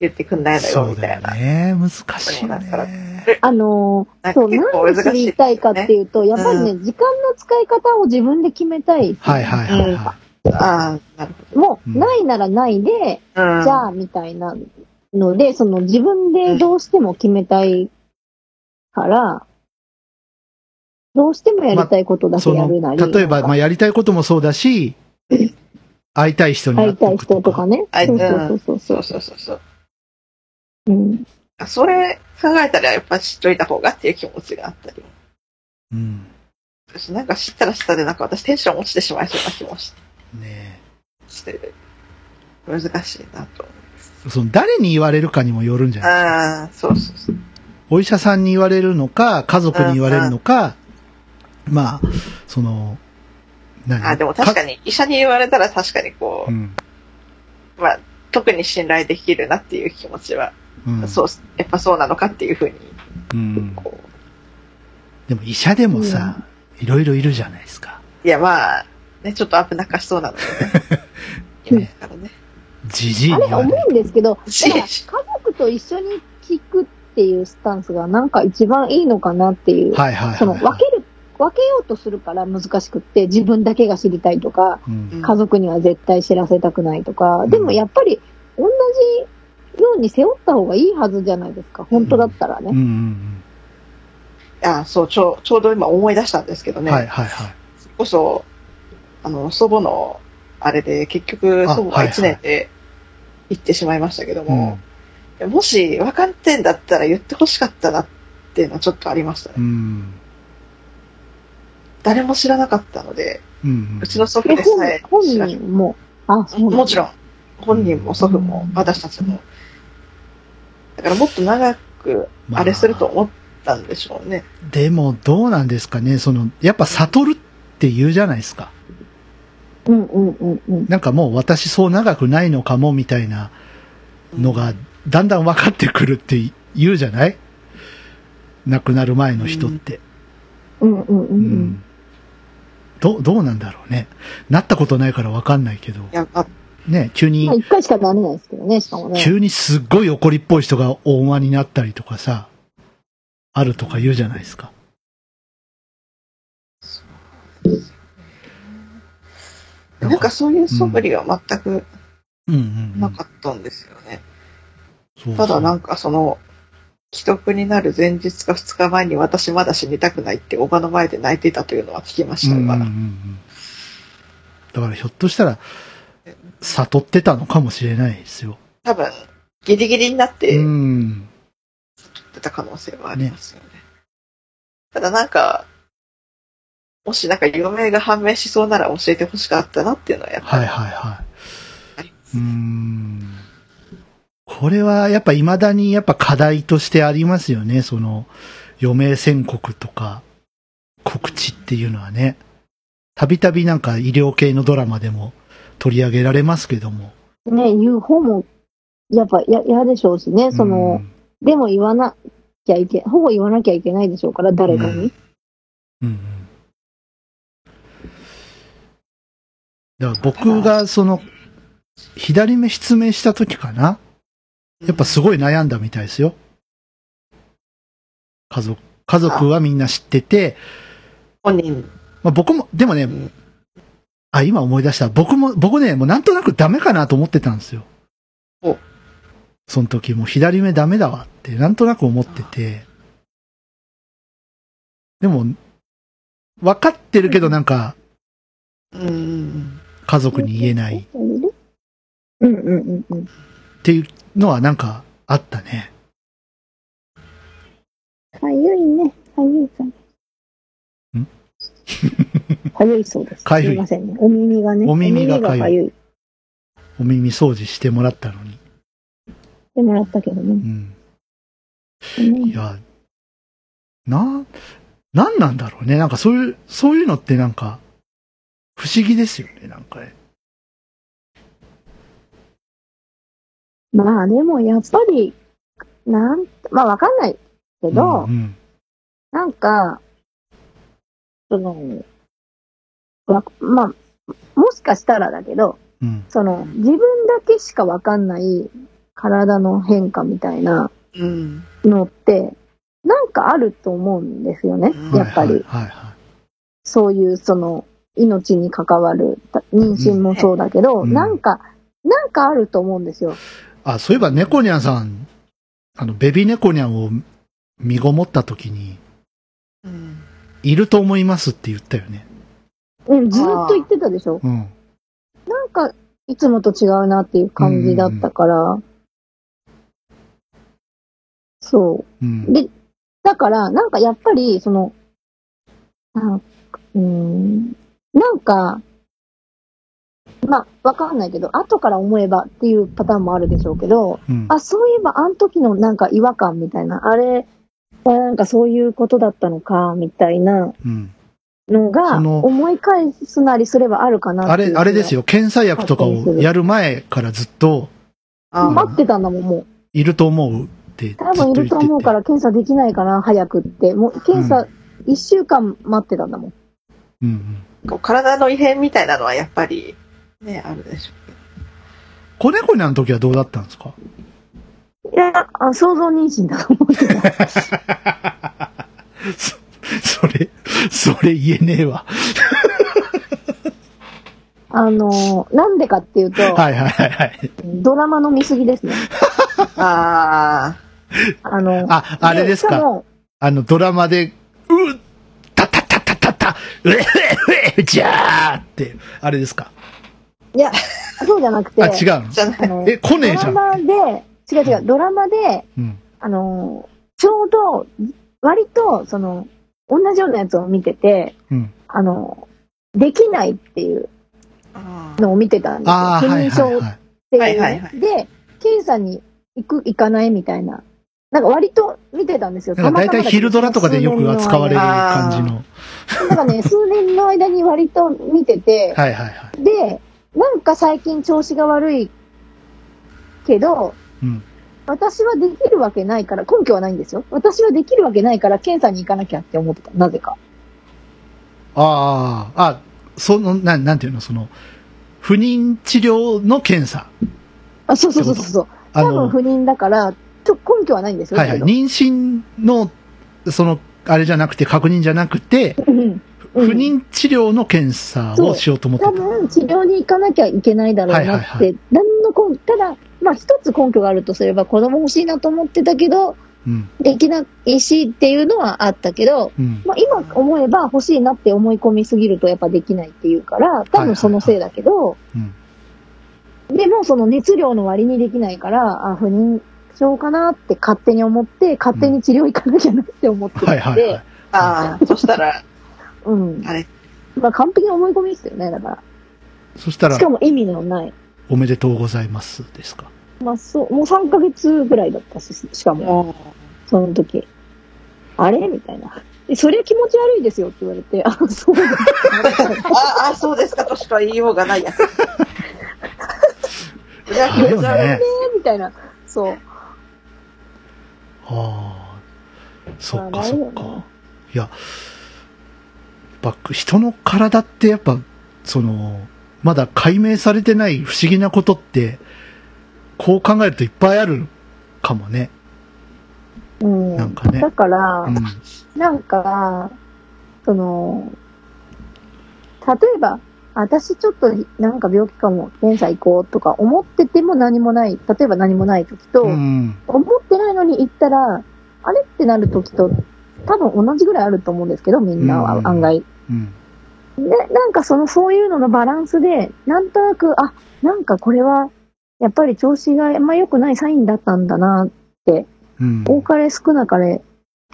[SPEAKER 3] 言ってくんないのよ、
[SPEAKER 1] そう
[SPEAKER 3] みた
[SPEAKER 1] だ
[SPEAKER 3] い
[SPEAKER 1] よ
[SPEAKER 3] な。
[SPEAKER 1] ね。難しいよ
[SPEAKER 3] だから
[SPEAKER 1] ね。
[SPEAKER 2] あの
[SPEAKER 3] な
[SPEAKER 2] ー、
[SPEAKER 3] んか
[SPEAKER 2] そう、
[SPEAKER 3] 結構
[SPEAKER 2] 何を
[SPEAKER 3] 難し
[SPEAKER 2] 知
[SPEAKER 3] いですよね
[SPEAKER 2] りたいかっていうと、やっぱりね、時間の使い方を自分で決めたい。
[SPEAKER 1] はいはいはいは
[SPEAKER 3] ああ、なるほ
[SPEAKER 2] も
[SPEAKER 1] うん
[SPEAKER 2] う、ないならないで、
[SPEAKER 3] ど。うん、
[SPEAKER 2] じゃあ、みたいなので、その自分でどうしても決めたいから、どうしてもやりたいこと
[SPEAKER 1] い。
[SPEAKER 2] だけ
[SPEAKER 1] そ
[SPEAKER 2] やるな
[SPEAKER 1] の、
[SPEAKER 2] り。
[SPEAKER 1] 例えば、
[SPEAKER 2] な
[SPEAKER 1] ま
[SPEAKER 2] ん
[SPEAKER 1] あ、
[SPEAKER 2] か
[SPEAKER 1] やりたいこともそうだし、会いたい人に
[SPEAKER 2] 会
[SPEAKER 1] 会っ
[SPEAKER 2] いた
[SPEAKER 1] て
[SPEAKER 2] い
[SPEAKER 1] おくと
[SPEAKER 2] 人と
[SPEAKER 1] か
[SPEAKER 2] か。ね。
[SPEAKER 3] 会い
[SPEAKER 2] そう
[SPEAKER 3] たい
[SPEAKER 2] そうそうそ
[SPEAKER 3] そううそうそうそう。
[SPEAKER 2] そう。うん。
[SPEAKER 3] あそれ考えたらやっぱ知っといた方がっていう気持ちがあったりも
[SPEAKER 1] うん。
[SPEAKER 3] するし、なんか知ったら知ったでなんか私テンション落ちてしまいそうな気もし
[SPEAKER 1] ね
[SPEAKER 3] して、難しいなと。
[SPEAKER 1] その、誰に言われるかにもよるんじゃない
[SPEAKER 3] ああ、そうそうそう。
[SPEAKER 1] お医者さんに言われるのか、家族に言われるのか、まあ、その、何
[SPEAKER 3] あーでも確かに医者に言われたら確かにこ
[SPEAKER 1] う
[SPEAKER 3] う、
[SPEAKER 1] ん。
[SPEAKER 3] まあ、特に信頼できるなっていう気持ちは
[SPEAKER 1] うん。
[SPEAKER 3] そう、やっぱそうなのかっていうふうに、
[SPEAKER 1] うん。
[SPEAKER 3] こ
[SPEAKER 1] でも医者でもさ、いろいろいるじゃないですか。
[SPEAKER 3] う、いや、まあ、ね、ちょっと危なっかしそうなの でねいますからね。
[SPEAKER 1] じじい
[SPEAKER 2] あ
[SPEAKER 1] に
[SPEAKER 2] れ、
[SPEAKER 1] 言われ
[SPEAKER 2] 思
[SPEAKER 1] る。
[SPEAKER 2] うんですけど、だ
[SPEAKER 3] し
[SPEAKER 2] から家族と一緒に聞くっていうスタンスが、なんか一番いいのかなっていう。
[SPEAKER 1] はいはい
[SPEAKER 2] その、
[SPEAKER 1] はい、
[SPEAKER 2] 分
[SPEAKER 1] はい
[SPEAKER 2] ける、分けようとするから難しくって、自分だけが知りたいとか、
[SPEAKER 1] うん。
[SPEAKER 2] 家族には絶対知らせたくないとか、
[SPEAKER 1] ん
[SPEAKER 2] でもやっぱり同じように背負った方がいいはずじゃないですか、本当だったら
[SPEAKER 1] うんう
[SPEAKER 2] ね。
[SPEAKER 1] ん
[SPEAKER 3] あそうちょう、ちょうど今思い出したんですけど
[SPEAKER 1] うん。
[SPEAKER 3] ね、
[SPEAKER 1] はいはいはい。
[SPEAKER 3] それこそ、あの、祖母の、あれで、結局、
[SPEAKER 1] あ
[SPEAKER 3] 祖母
[SPEAKER 1] はいはい
[SPEAKER 3] が1年で行ってしまいましたけど
[SPEAKER 1] う
[SPEAKER 3] も
[SPEAKER 1] ん、。
[SPEAKER 3] もし分かってんだったら言ってほしかったなっていうのはちょっとありましたね。
[SPEAKER 1] うん。
[SPEAKER 3] 誰も知らなかったので、
[SPEAKER 1] うん。
[SPEAKER 3] うちの祖
[SPEAKER 2] で
[SPEAKER 3] 父で
[SPEAKER 2] 本
[SPEAKER 3] さえ
[SPEAKER 2] 本
[SPEAKER 3] 知らな
[SPEAKER 2] 人も、あ、そうな
[SPEAKER 3] も
[SPEAKER 2] んだ
[SPEAKER 3] ちろん、本人も祖父も私たちも。だからもっと長く、
[SPEAKER 1] ま
[SPEAKER 3] あれすると思ったんでしょうね。
[SPEAKER 1] でも、どうなんですかね。その、やっぱ悟るって言うじゃないですか。
[SPEAKER 2] うんうんうんうん。
[SPEAKER 1] なんかもう私そう長くないのかもみたいなのが、だんだん分かってくるって言うじゃない亡くなる前の人って。
[SPEAKER 2] うんうんう
[SPEAKER 1] うんん。どう、どうなんだろうね。なったことないから分かんないけど。
[SPEAKER 3] いや、あ
[SPEAKER 1] ね、急
[SPEAKER 2] うん。
[SPEAKER 1] に
[SPEAKER 2] まあ、一回しかなれないですけどね、しかもね。
[SPEAKER 1] 急にすっごい怒りっぽい人が大間になったりとかさ、あるとか言うじゃないですか。
[SPEAKER 3] なんかそういう素振りは全く
[SPEAKER 1] うんうんうん。
[SPEAKER 3] なかったんですよね。
[SPEAKER 1] そう
[SPEAKER 3] ただな
[SPEAKER 1] そ
[SPEAKER 3] んかその、既得になる前日か2日前に私まだ死にたくないっておばの前で泣いていたというのは聞きまし
[SPEAKER 1] う
[SPEAKER 3] た
[SPEAKER 1] うんうんう
[SPEAKER 3] が、
[SPEAKER 1] ん。だからひょっとしたら、悟ってたのかもしれないですよ。
[SPEAKER 3] 多分ギリギリになって
[SPEAKER 1] う
[SPEAKER 3] 言っ
[SPEAKER 1] ん。
[SPEAKER 3] てた可能性はありますよね。ただなんか、もしなんか余命が判明しそうなら教えてほしかったなっていうのはやっ
[SPEAKER 1] は
[SPEAKER 3] ぱ
[SPEAKER 1] い
[SPEAKER 3] り
[SPEAKER 1] はいは
[SPEAKER 3] ありま
[SPEAKER 1] い。う
[SPEAKER 3] す
[SPEAKER 1] ーん。これはやっぱ未だにやっぱ課題としてありますよね。その、余命宣告とか、告知っていうのはね。たびたびなんか医療系のドラマでも取り上げられますけども。
[SPEAKER 2] ね、言う方も、やっぱや嫌でしょうしね、その、でも言わなきゃいけ、ほぼ言わなきゃいけないでしょうから、誰かに。
[SPEAKER 1] うんうんだから僕がその、左目失明した時かなやっぱすごい悩んだみたいですよ。家族、家族はみんな知ってて、
[SPEAKER 3] 本人、
[SPEAKER 1] まあ、僕も、でもね、あ、今思い出した。僕も、僕ね、もうなんとなくダメかなと思ってたんですよ
[SPEAKER 3] お。
[SPEAKER 1] その時もう左目ダメだわって、なんとなく思ってて。でも、分かってるけどなんか、
[SPEAKER 3] うん、
[SPEAKER 1] 家族に言えないっ
[SPEAKER 2] うんうんうんうん。
[SPEAKER 1] ていうのはなんかあったね。
[SPEAKER 2] かゆいね。かゆいから。
[SPEAKER 1] ん
[SPEAKER 2] かゆいそうです。
[SPEAKER 1] かゆい
[SPEAKER 2] すいませんね。お耳がね。
[SPEAKER 1] お耳が
[SPEAKER 2] お
[SPEAKER 1] か
[SPEAKER 2] か
[SPEAKER 1] ゆ
[SPEAKER 2] ゆい。
[SPEAKER 1] お耳掃除してもらったのに。
[SPEAKER 2] でもらったけど
[SPEAKER 1] う
[SPEAKER 2] ね。
[SPEAKER 1] ん。いや、な、なんなんだろうね。なんかそういう、そういうのってなんか、不思議ですよね、なんかね。
[SPEAKER 2] まあでもやっぱり、なん、まあわかんないけ
[SPEAKER 1] うん
[SPEAKER 2] ど、
[SPEAKER 1] うん
[SPEAKER 2] なんか、その、わまあ、もしかしたらだけど、
[SPEAKER 1] うん。
[SPEAKER 2] その、自分だけしかわかんない体の変化みたいな
[SPEAKER 3] うん、
[SPEAKER 2] のって、なんかあると思うんですよね、やっぱり。
[SPEAKER 1] はいはいは
[SPEAKER 2] そういうその命に関わるた妊娠もそうだけど、
[SPEAKER 1] うん
[SPEAKER 2] なんか、なんかあると思うんですよ。
[SPEAKER 1] い。あ、そういえば、猫ニャンさん、あの、ベビー猫ニャンを身ごもった時に、
[SPEAKER 3] うん、
[SPEAKER 1] いると思いますって言ったよね。
[SPEAKER 2] うん、ずーっと言ってたでしょ。
[SPEAKER 1] うん。
[SPEAKER 2] なんか、いつもと違うなっていう感じだったから。そうう。
[SPEAKER 1] ん。
[SPEAKER 2] で、だから、なんかやっぱり、その、なんうーん、なんか、まあ、わかんないけど、後から思えばっていうパターンもあるでしょうけど、
[SPEAKER 1] うん。
[SPEAKER 2] あ、そういえばあの時のなんか違和感みたいな、あれはなんかそういうことだったのか、みたいな
[SPEAKER 1] うん。
[SPEAKER 2] のが、
[SPEAKER 1] その
[SPEAKER 2] 思い返すなりすればあるかな
[SPEAKER 1] あれ、あれです
[SPEAKER 2] よ。
[SPEAKER 1] よ。検査薬とかをやる前からずっと、
[SPEAKER 3] あ
[SPEAKER 2] 待ってたんだもん、もう。
[SPEAKER 1] いると思うってずっと
[SPEAKER 2] 多分い
[SPEAKER 1] 言っ
[SPEAKER 2] る
[SPEAKER 1] てて
[SPEAKER 2] と思うから検査できないかな、早くって。もう検査1週間待ってたんだもん。
[SPEAKER 1] うんうん。
[SPEAKER 3] こう体の異変みたいなのはやっぱり、ね、あるでしょう
[SPEAKER 1] 子猫ニャンの時はどうだったんですか
[SPEAKER 2] いや、あ想像妊娠だと思ってた。
[SPEAKER 1] そ それ、それ言えねえわ。
[SPEAKER 2] あのー、なんでかっていうと、
[SPEAKER 1] はいはいはいはい。
[SPEAKER 2] ドラマの見過ぎですね。
[SPEAKER 3] あ
[SPEAKER 2] あの、
[SPEAKER 1] あ、あれです
[SPEAKER 2] し
[SPEAKER 1] か。
[SPEAKER 2] も
[SPEAKER 1] あの、ドラマで、うっ、たたたたたた、うえうえうえ、じゃーって、あれですか。
[SPEAKER 2] いや、そうじゃなくて、
[SPEAKER 1] あ、違う
[SPEAKER 3] あ、
[SPEAKER 1] の
[SPEAKER 3] じゃない。
[SPEAKER 2] あの
[SPEAKER 1] え、来ねえじゃ
[SPEAKER 2] ドラ
[SPEAKER 1] ん。
[SPEAKER 2] マで、違う違う、ドラマで、
[SPEAKER 1] うん。
[SPEAKER 2] あのー、ちょうど、割と、その、同じようなやつを見てて、
[SPEAKER 1] うん
[SPEAKER 2] あのー、できないっていう
[SPEAKER 3] あー
[SPEAKER 2] のを見てたんですよ。
[SPEAKER 1] ああ、
[SPEAKER 2] 不
[SPEAKER 1] はい
[SPEAKER 2] 眠
[SPEAKER 1] はい
[SPEAKER 2] 症っ
[SPEAKER 1] はい。
[SPEAKER 2] ていう、ね
[SPEAKER 3] はいはいは
[SPEAKER 2] で、検査に行く、行かないみたいな。なんか割と見てたんですよ。
[SPEAKER 1] なんか大体昼ドラとかでよく扱われる感じの。
[SPEAKER 2] なんか ね、数年の間に割と見てて、
[SPEAKER 1] はいはいはい。
[SPEAKER 2] で、なんか最近調子が悪いけど、
[SPEAKER 1] うん
[SPEAKER 2] 私はできるわけないから、根拠はないんですよ。私はできるわけないから、検査に行かなきゃって思ってた。なぜか。
[SPEAKER 1] ああ、あ、その、なん、なんていうの、その、不妊治療の検査。
[SPEAKER 2] あ、そうそうそうそうそう。
[SPEAKER 1] あ
[SPEAKER 2] 多
[SPEAKER 1] の、
[SPEAKER 2] 分
[SPEAKER 1] は
[SPEAKER 2] 不妊だから、ちょ根拠はないんです
[SPEAKER 1] い
[SPEAKER 2] よ。
[SPEAKER 1] はい。
[SPEAKER 2] だけ
[SPEAKER 1] 妊娠の、その、あれじゃなくて、確認じゃなくて、
[SPEAKER 2] どうん
[SPEAKER 1] 不妊治療の検査をしようと思って
[SPEAKER 2] 多
[SPEAKER 1] た。
[SPEAKER 2] 分治療に行かなきゃいけないだろうなって、
[SPEAKER 1] はいはい
[SPEAKER 2] 何の根ただ、まあ、一つ根拠があるとすれば、子供欲しいなと思ってたけど、
[SPEAKER 1] うん。
[SPEAKER 2] できないしっていうのはあったけど、
[SPEAKER 1] うん。
[SPEAKER 2] まあ、今思えば欲しいなって思い込みすぎるとやっぱできないっていうから、多分そのせいだけど、
[SPEAKER 1] うん。
[SPEAKER 2] でもその熱量の割にできないから、あ、不妊症かなって勝手に思って、勝手に治療行かなきゃなって思ってたん
[SPEAKER 1] は
[SPEAKER 2] で、
[SPEAKER 1] いはいはい。
[SPEAKER 3] ああ、そしたら、
[SPEAKER 2] うん。
[SPEAKER 3] あれ、
[SPEAKER 2] まあ完璧な思い込みですよね、だか
[SPEAKER 1] そした
[SPEAKER 2] ら。
[SPEAKER 1] ら
[SPEAKER 2] し、かも意味のない。
[SPEAKER 1] おめでとうございますですか。
[SPEAKER 2] まあそう、もう3ヶ月ぐらいだったし、しかも、
[SPEAKER 3] も
[SPEAKER 2] その時。あれみたいな。えそれ気持ち悪いですよって言われて、あ、そうだ。
[SPEAKER 3] う、ああ、そうですかとしか言いよう がないやつ。じゃあ、
[SPEAKER 1] あるよ
[SPEAKER 3] じゃあ、
[SPEAKER 1] ね。
[SPEAKER 2] みたいな。そう。
[SPEAKER 1] ああ。そっ
[SPEAKER 2] ま
[SPEAKER 1] か
[SPEAKER 2] あ
[SPEAKER 1] そっ
[SPEAKER 2] ないよ
[SPEAKER 1] か。いや、やっぱ人の体ってやっぱ、その、まだ解明されてない不思議なことって、こう考えるといっぱいあるかもね。
[SPEAKER 2] うん。
[SPEAKER 1] なんかね
[SPEAKER 2] だから、
[SPEAKER 1] うん。
[SPEAKER 2] なんか、その、例えば、私ちょっとなんか病気かも、検査行こうとか思ってても何もない、例えば何もない時と、
[SPEAKER 1] うん。
[SPEAKER 2] 思ってないのに行ったら、あれってなる時と、多分同じぐらいあると思うんですけど、みんな
[SPEAKER 1] う
[SPEAKER 2] は
[SPEAKER 1] ん
[SPEAKER 2] 案外。
[SPEAKER 1] うん。
[SPEAKER 2] で、なんかその、そういうののバランスで、なんとなく、あ、なんかこれは、やっぱり調子があんま良くないサインだったんだな、
[SPEAKER 1] うん。
[SPEAKER 2] 多かれ少なかれ、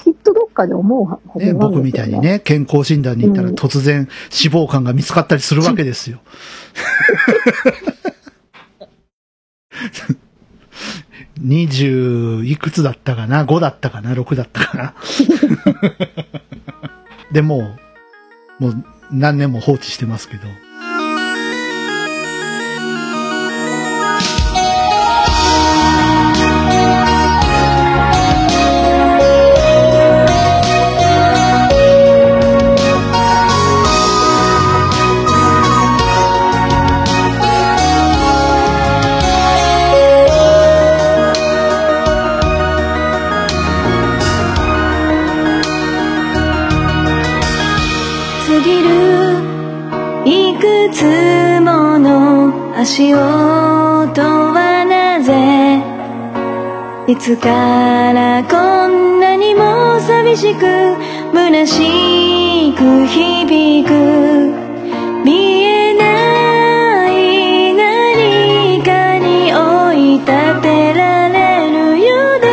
[SPEAKER 2] きっとどっかで思うはずなんです
[SPEAKER 1] ね、
[SPEAKER 2] よ、ね。
[SPEAKER 1] 僕みたいにね、健康診断に行ったら
[SPEAKER 2] うん
[SPEAKER 1] 突然脂肪肝が見つかったりするわけですよ。20いくつだったかな ?5 だったかな ?6 だったかな でもう、もう何年も放置してますけど。
[SPEAKER 8] 過ぎるいくつもの足音はなぜいつからこんなにも寂しく虚しく響く見えない何かに追い立てられるようで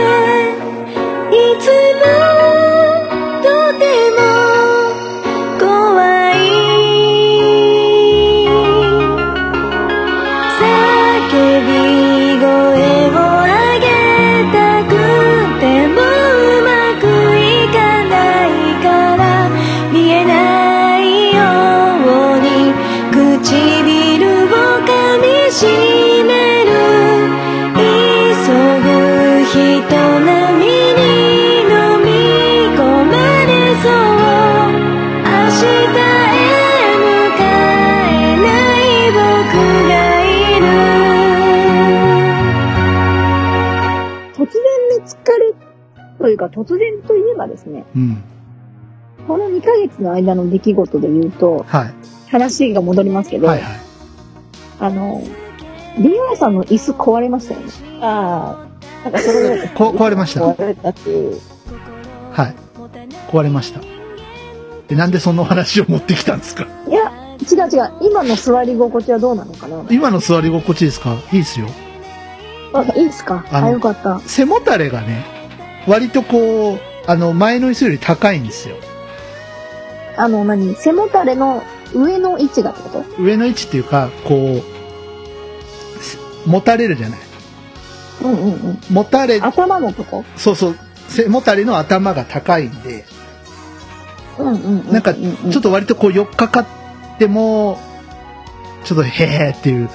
[SPEAKER 8] いつもとても怖い叫び声を上げたくてもうまくいかないから見えないように唇を噛みしめる急ぐ人並みに飲み込まれそう明日へ向かえない僕がいる
[SPEAKER 2] 突然見つかるというか、突然といえばですね、
[SPEAKER 1] うん。
[SPEAKER 2] この2ヶ月の間の出来事で言うと、
[SPEAKER 1] は
[SPEAKER 2] 話が戻りますけ
[SPEAKER 1] い。
[SPEAKER 2] ど、
[SPEAKER 1] はいはい。
[SPEAKER 2] あの、美容師さんの椅子壊れましたよね。
[SPEAKER 3] ああ、なんかそれで
[SPEAKER 1] こ壊れました。
[SPEAKER 3] 壊れたっていう。
[SPEAKER 1] はい。壊れました。で、なんでその話を持ってきたんですか
[SPEAKER 2] いや、違う違う、今の座り心地はどうなのかな
[SPEAKER 1] 今の座り心地ですかいいですよ。
[SPEAKER 2] あ、いいですか
[SPEAKER 1] あ
[SPEAKER 2] あ
[SPEAKER 1] の
[SPEAKER 2] よかった。
[SPEAKER 1] 背もたれがね、割とこう、あの、前の椅子より高いんですよ。
[SPEAKER 2] あの、何背もたれの上の位置がってこと
[SPEAKER 1] 上の位置っていうか、こう、す持たれるじゃない。
[SPEAKER 2] うんうんうん。
[SPEAKER 1] 持たれ、
[SPEAKER 2] 頭のとこ
[SPEAKER 1] そうそう、背もたれの頭が高いんで、
[SPEAKER 2] うんうんうんうん。
[SPEAKER 1] なんか
[SPEAKER 2] うんうん
[SPEAKER 1] ちょっと割とこう、よっかかっても、ちょっとへーっていう、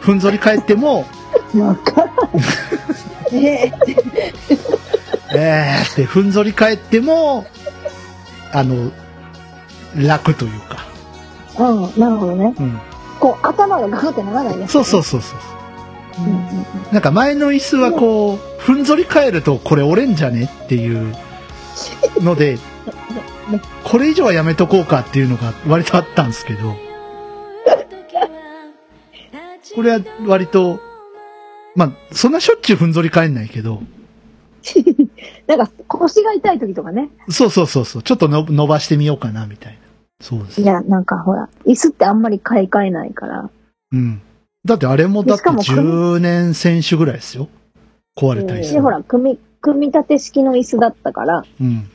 [SPEAKER 1] ふんぞり返っても、
[SPEAKER 2] わかる
[SPEAKER 3] えー
[SPEAKER 1] えーってふんぞり返っても、あの、楽というか、
[SPEAKER 2] うん、なるほどね。
[SPEAKER 1] うん。
[SPEAKER 2] こう、頭がガーってならないね。
[SPEAKER 1] そうそうそうそう。
[SPEAKER 2] うんうんうん。
[SPEAKER 1] なんか前の椅子はこう、ふんぞり返るとこれ折れんじゃねっていうので、もうこれ以上はやめとこうかっていうのが割とあったんですけど、これは割と、まあ、そんなしょっちゅうふんぞり返んないけど、
[SPEAKER 2] なんか腰が痛い時とかね。
[SPEAKER 1] そうそうそうそう、ちょっとの伸ばしてみようかな、みたいな。そうです
[SPEAKER 2] い。や、なんかほら、椅子ってあんまり買い替えないから。
[SPEAKER 1] うん。だってあれもだっ
[SPEAKER 2] してかも組
[SPEAKER 1] 10年選手ぐらいですよ。壊れたりす
[SPEAKER 2] で、
[SPEAKER 1] る
[SPEAKER 2] ほ。ら、組み、組み立て式の椅子だったから、
[SPEAKER 1] うん。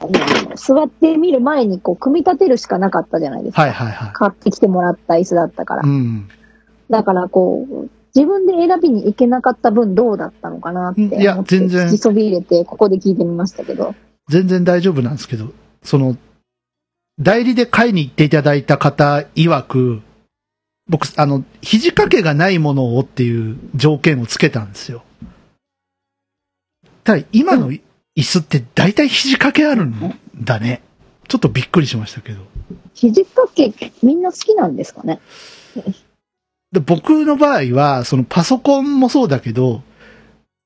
[SPEAKER 2] あの座ってみる前にこう、組み立てるしかなかったじゃないですか。
[SPEAKER 1] はいはいはい。
[SPEAKER 2] 買ってきてもらった椅子だったから
[SPEAKER 1] う。ん。
[SPEAKER 2] だからこう、自分で選びに行けなかった分どうだったのかなって
[SPEAKER 1] うんいや
[SPEAKER 2] 思って
[SPEAKER 1] 全然
[SPEAKER 2] 聞きそびれて、ここで聞いてみましたけど。
[SPEAKER 1] 全然大丈夫なんですけど、その、代理で買いに行っていただいた方曰く、僕、あの、肘掛けがないものをっていう条件をつけたんですよ。ただ、今の椅子って大体肘掛けあるんだね。ちょっとびっくりしましたけど。
[SPEAKER 2] 肘掛け、みんな好きなんですかね
[SPEAKER 1] で僕の場合は、そのパソコンもそうだけど、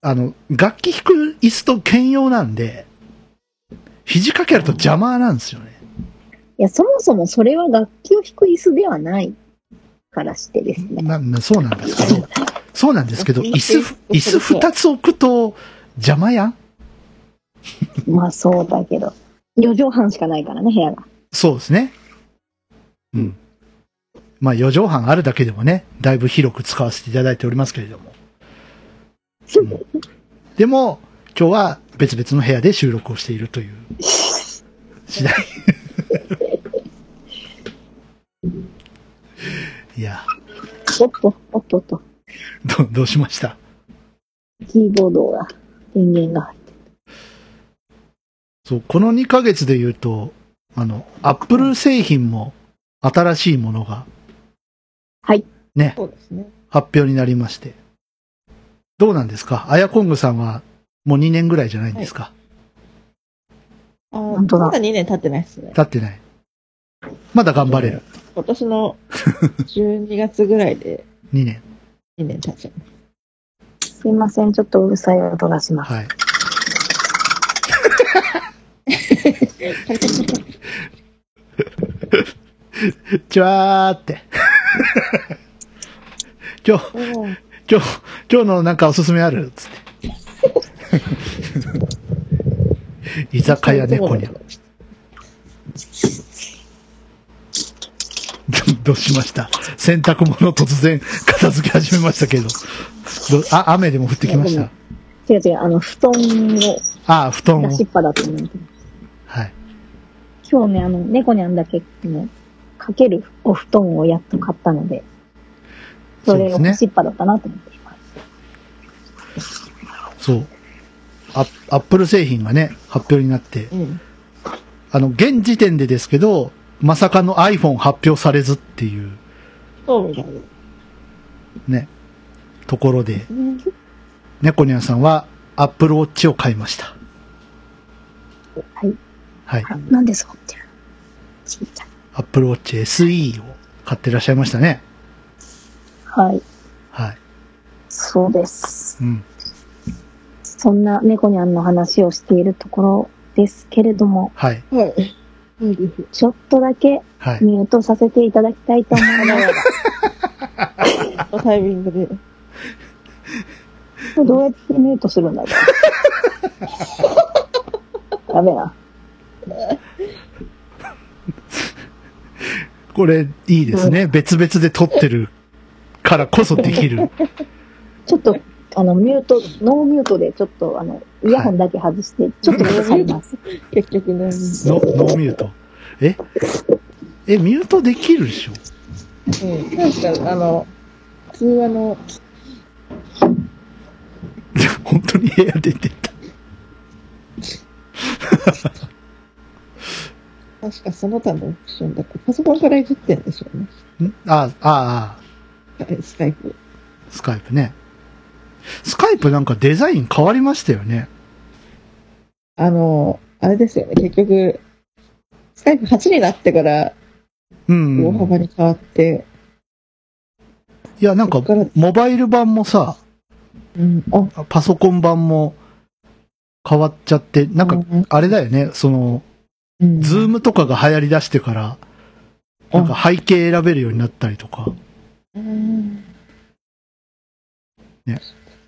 [SPEAKER 1] あの、楽器弾く椅子と兼用なんで、肘掛けあると邪魔なんですよね。
[SPEAKER 2] いや、そもそもそれは楽器を弾く椅子ではないからしてですね。
[SPEAKER 1] ななそうなんですけど、そうなんですけど、椅子、椅子二つ置くと邪魔やん
[SPEAKER 2] まあそうだけど。4畳半しかないからね、部屋が。
[SPEAKER 1] そうですね。うん。まあ、4畳半あるだけでもね、だいぶ広く使わせていただいておりますけれども。うんでも、今日は別々の部屋で収録をしているという、次 第。いや、
[SPEAKER 2] おっと、おっとおっと。
[SPEAKER 1] ど、どうしました
[SPEAKER 2] キーボードが、電源が。
[SPEAKER 1] そう、この2ヶ月で言うと、あの、アップル製品も新しいものが
[SPEAKER 3] そうですね。
[SPEAKER 1] 発表になりまして。どうなんですかアヤコングさんはもう2年ぐらいじゃないんですか、
[SPEAKER 3] あ
[SPEAKER 2] 本当だ
[SPEAKER 3] まだ2年経ってないですね。
[SPEAKER 1] 経ってない。まだ頑張れる。
[SPEAKER 3] 今年 の12月ぐらいで
[SPEAKER 1] 2年。
[SPEAKER 3] 2年経っちゃう。
[SPEAKER 2] すいません、ちょっとうるさい音がします。
[SPEAKER 1] はい。ちわーって。 今日、今日、今日のなんかおすすめあるつって。居酒屋猫にゃん。どどうしました洗濯物突然片付け始めましたけど。どあ、雨でも降ってきました。
[SPEAKER 2] 違う違う、あの、布団を
[SPEAKER 1] あ、布団
[SPEAKER 2] 出
[SPEAKER 1] を
[SPEAKER 2] し。っぱだと思って。
[SPEAKER 1] はい。
[SPEAKER 2] 今日ね、あの、猫にゃんだけね、かけるお布団をやっと買ったので、それ
[SPEAKER 1] そうです
[SPEAKER 2] を
[SPEAKER 1] ね
[SPEAKER 2] 出しっぱだったなと思っています。
[SPEAKER 1] そう。アッアップル製品がね、発表になって、
[SPEAKER 3] うん。
[SPEAKER 1] あの、現時点でですけど、まさかの iPhone 発表されずっていう
[SPEAKER 3] そうみたいです
[SPEAKER 1] ね、ところで、
[SPEAKER 3] ね。
[SPEAKER 1] 猫ニャンさんは Apple Watch を買いました。
[SPEAKER 2] はい。
[SPEAKER 1] はい。
[SPEAKER 2] あなんでそうってちいちゃん。
[SPEAKER 1] Apple Watch SE を買ってらっしゃいましたね。
[SPEAKER 2] はい。
[SPEAKER 1] はい。
[SPEAKER 2] そうです。
[SPEAKER 1] うん。
[SPEAKER 2] そんな猫にゃんの話をしているところですけれども、
[SPEAKER 1] はい。
[SPEAKER 3] はい。そうです
[SPEAKER 2] ちょっとだけ
[SPEAKER 1] はい。
[SPEAKER 2] ミュートさせていただきたいと思います。
[SPEAKER 3] このタイミングで。
[SPEAKER 2] これどうやってミュートするんだろう。 やべえな。
[SPEAKER 1] これ、いいですね。別々で撮ってるからこそできる。
[SPEAKER 2] ちょっと、あの、ミュート、ノーミュートで、ちょっと、あの、イヤホンだけ外して、ちょっと下がります。
[SPEAKER 3] 結局
[SPEAKER 1] ノ
[SPEAKER 3] ね。
[SPEAKER 1] ノーミュート。ええ、ミュートできるでしょ
[SPEAKER 3] うん。なんか、あの、通話の、
[SPEAKER 1] 本当に部屋出てった。
[SPEAKER 3] 確かその他のオプションだった。パソコンからいじってんでしょうね。
[SPEAKER 1] んああ、ああ、
[SPEAKER 3] はいスカイプ。
[SPEAKER 1] スカイプね。スカイプなんかデザイン変わりましたよね。
[SPEAKER 3] あの、あれですよね。結局、スカイプ8になってから
[SPEAKER 1] うん。
[SPEAKER 3] 大幅に変わって、
[SPEAKER 1] いや、なん
[SPEAKER 3] そ
[SPEAKER 1] か
[SPEAKER 3] っ、から、
[SPEAKER 1] モバイル版もさ、
[SPEAKER 3] うん、あ、
[SPEAKER 1] パソコン版も変わっちゃって、なんか
[SPEAKER 3] うん、
[SPEAKER 1] あれだよね、その、
[SPEAKER 3] うん
[SPEAKER 1] ズームとかが流行り出してから、なんか背景選べるようになったりとか、
[SPEAKER 3] うん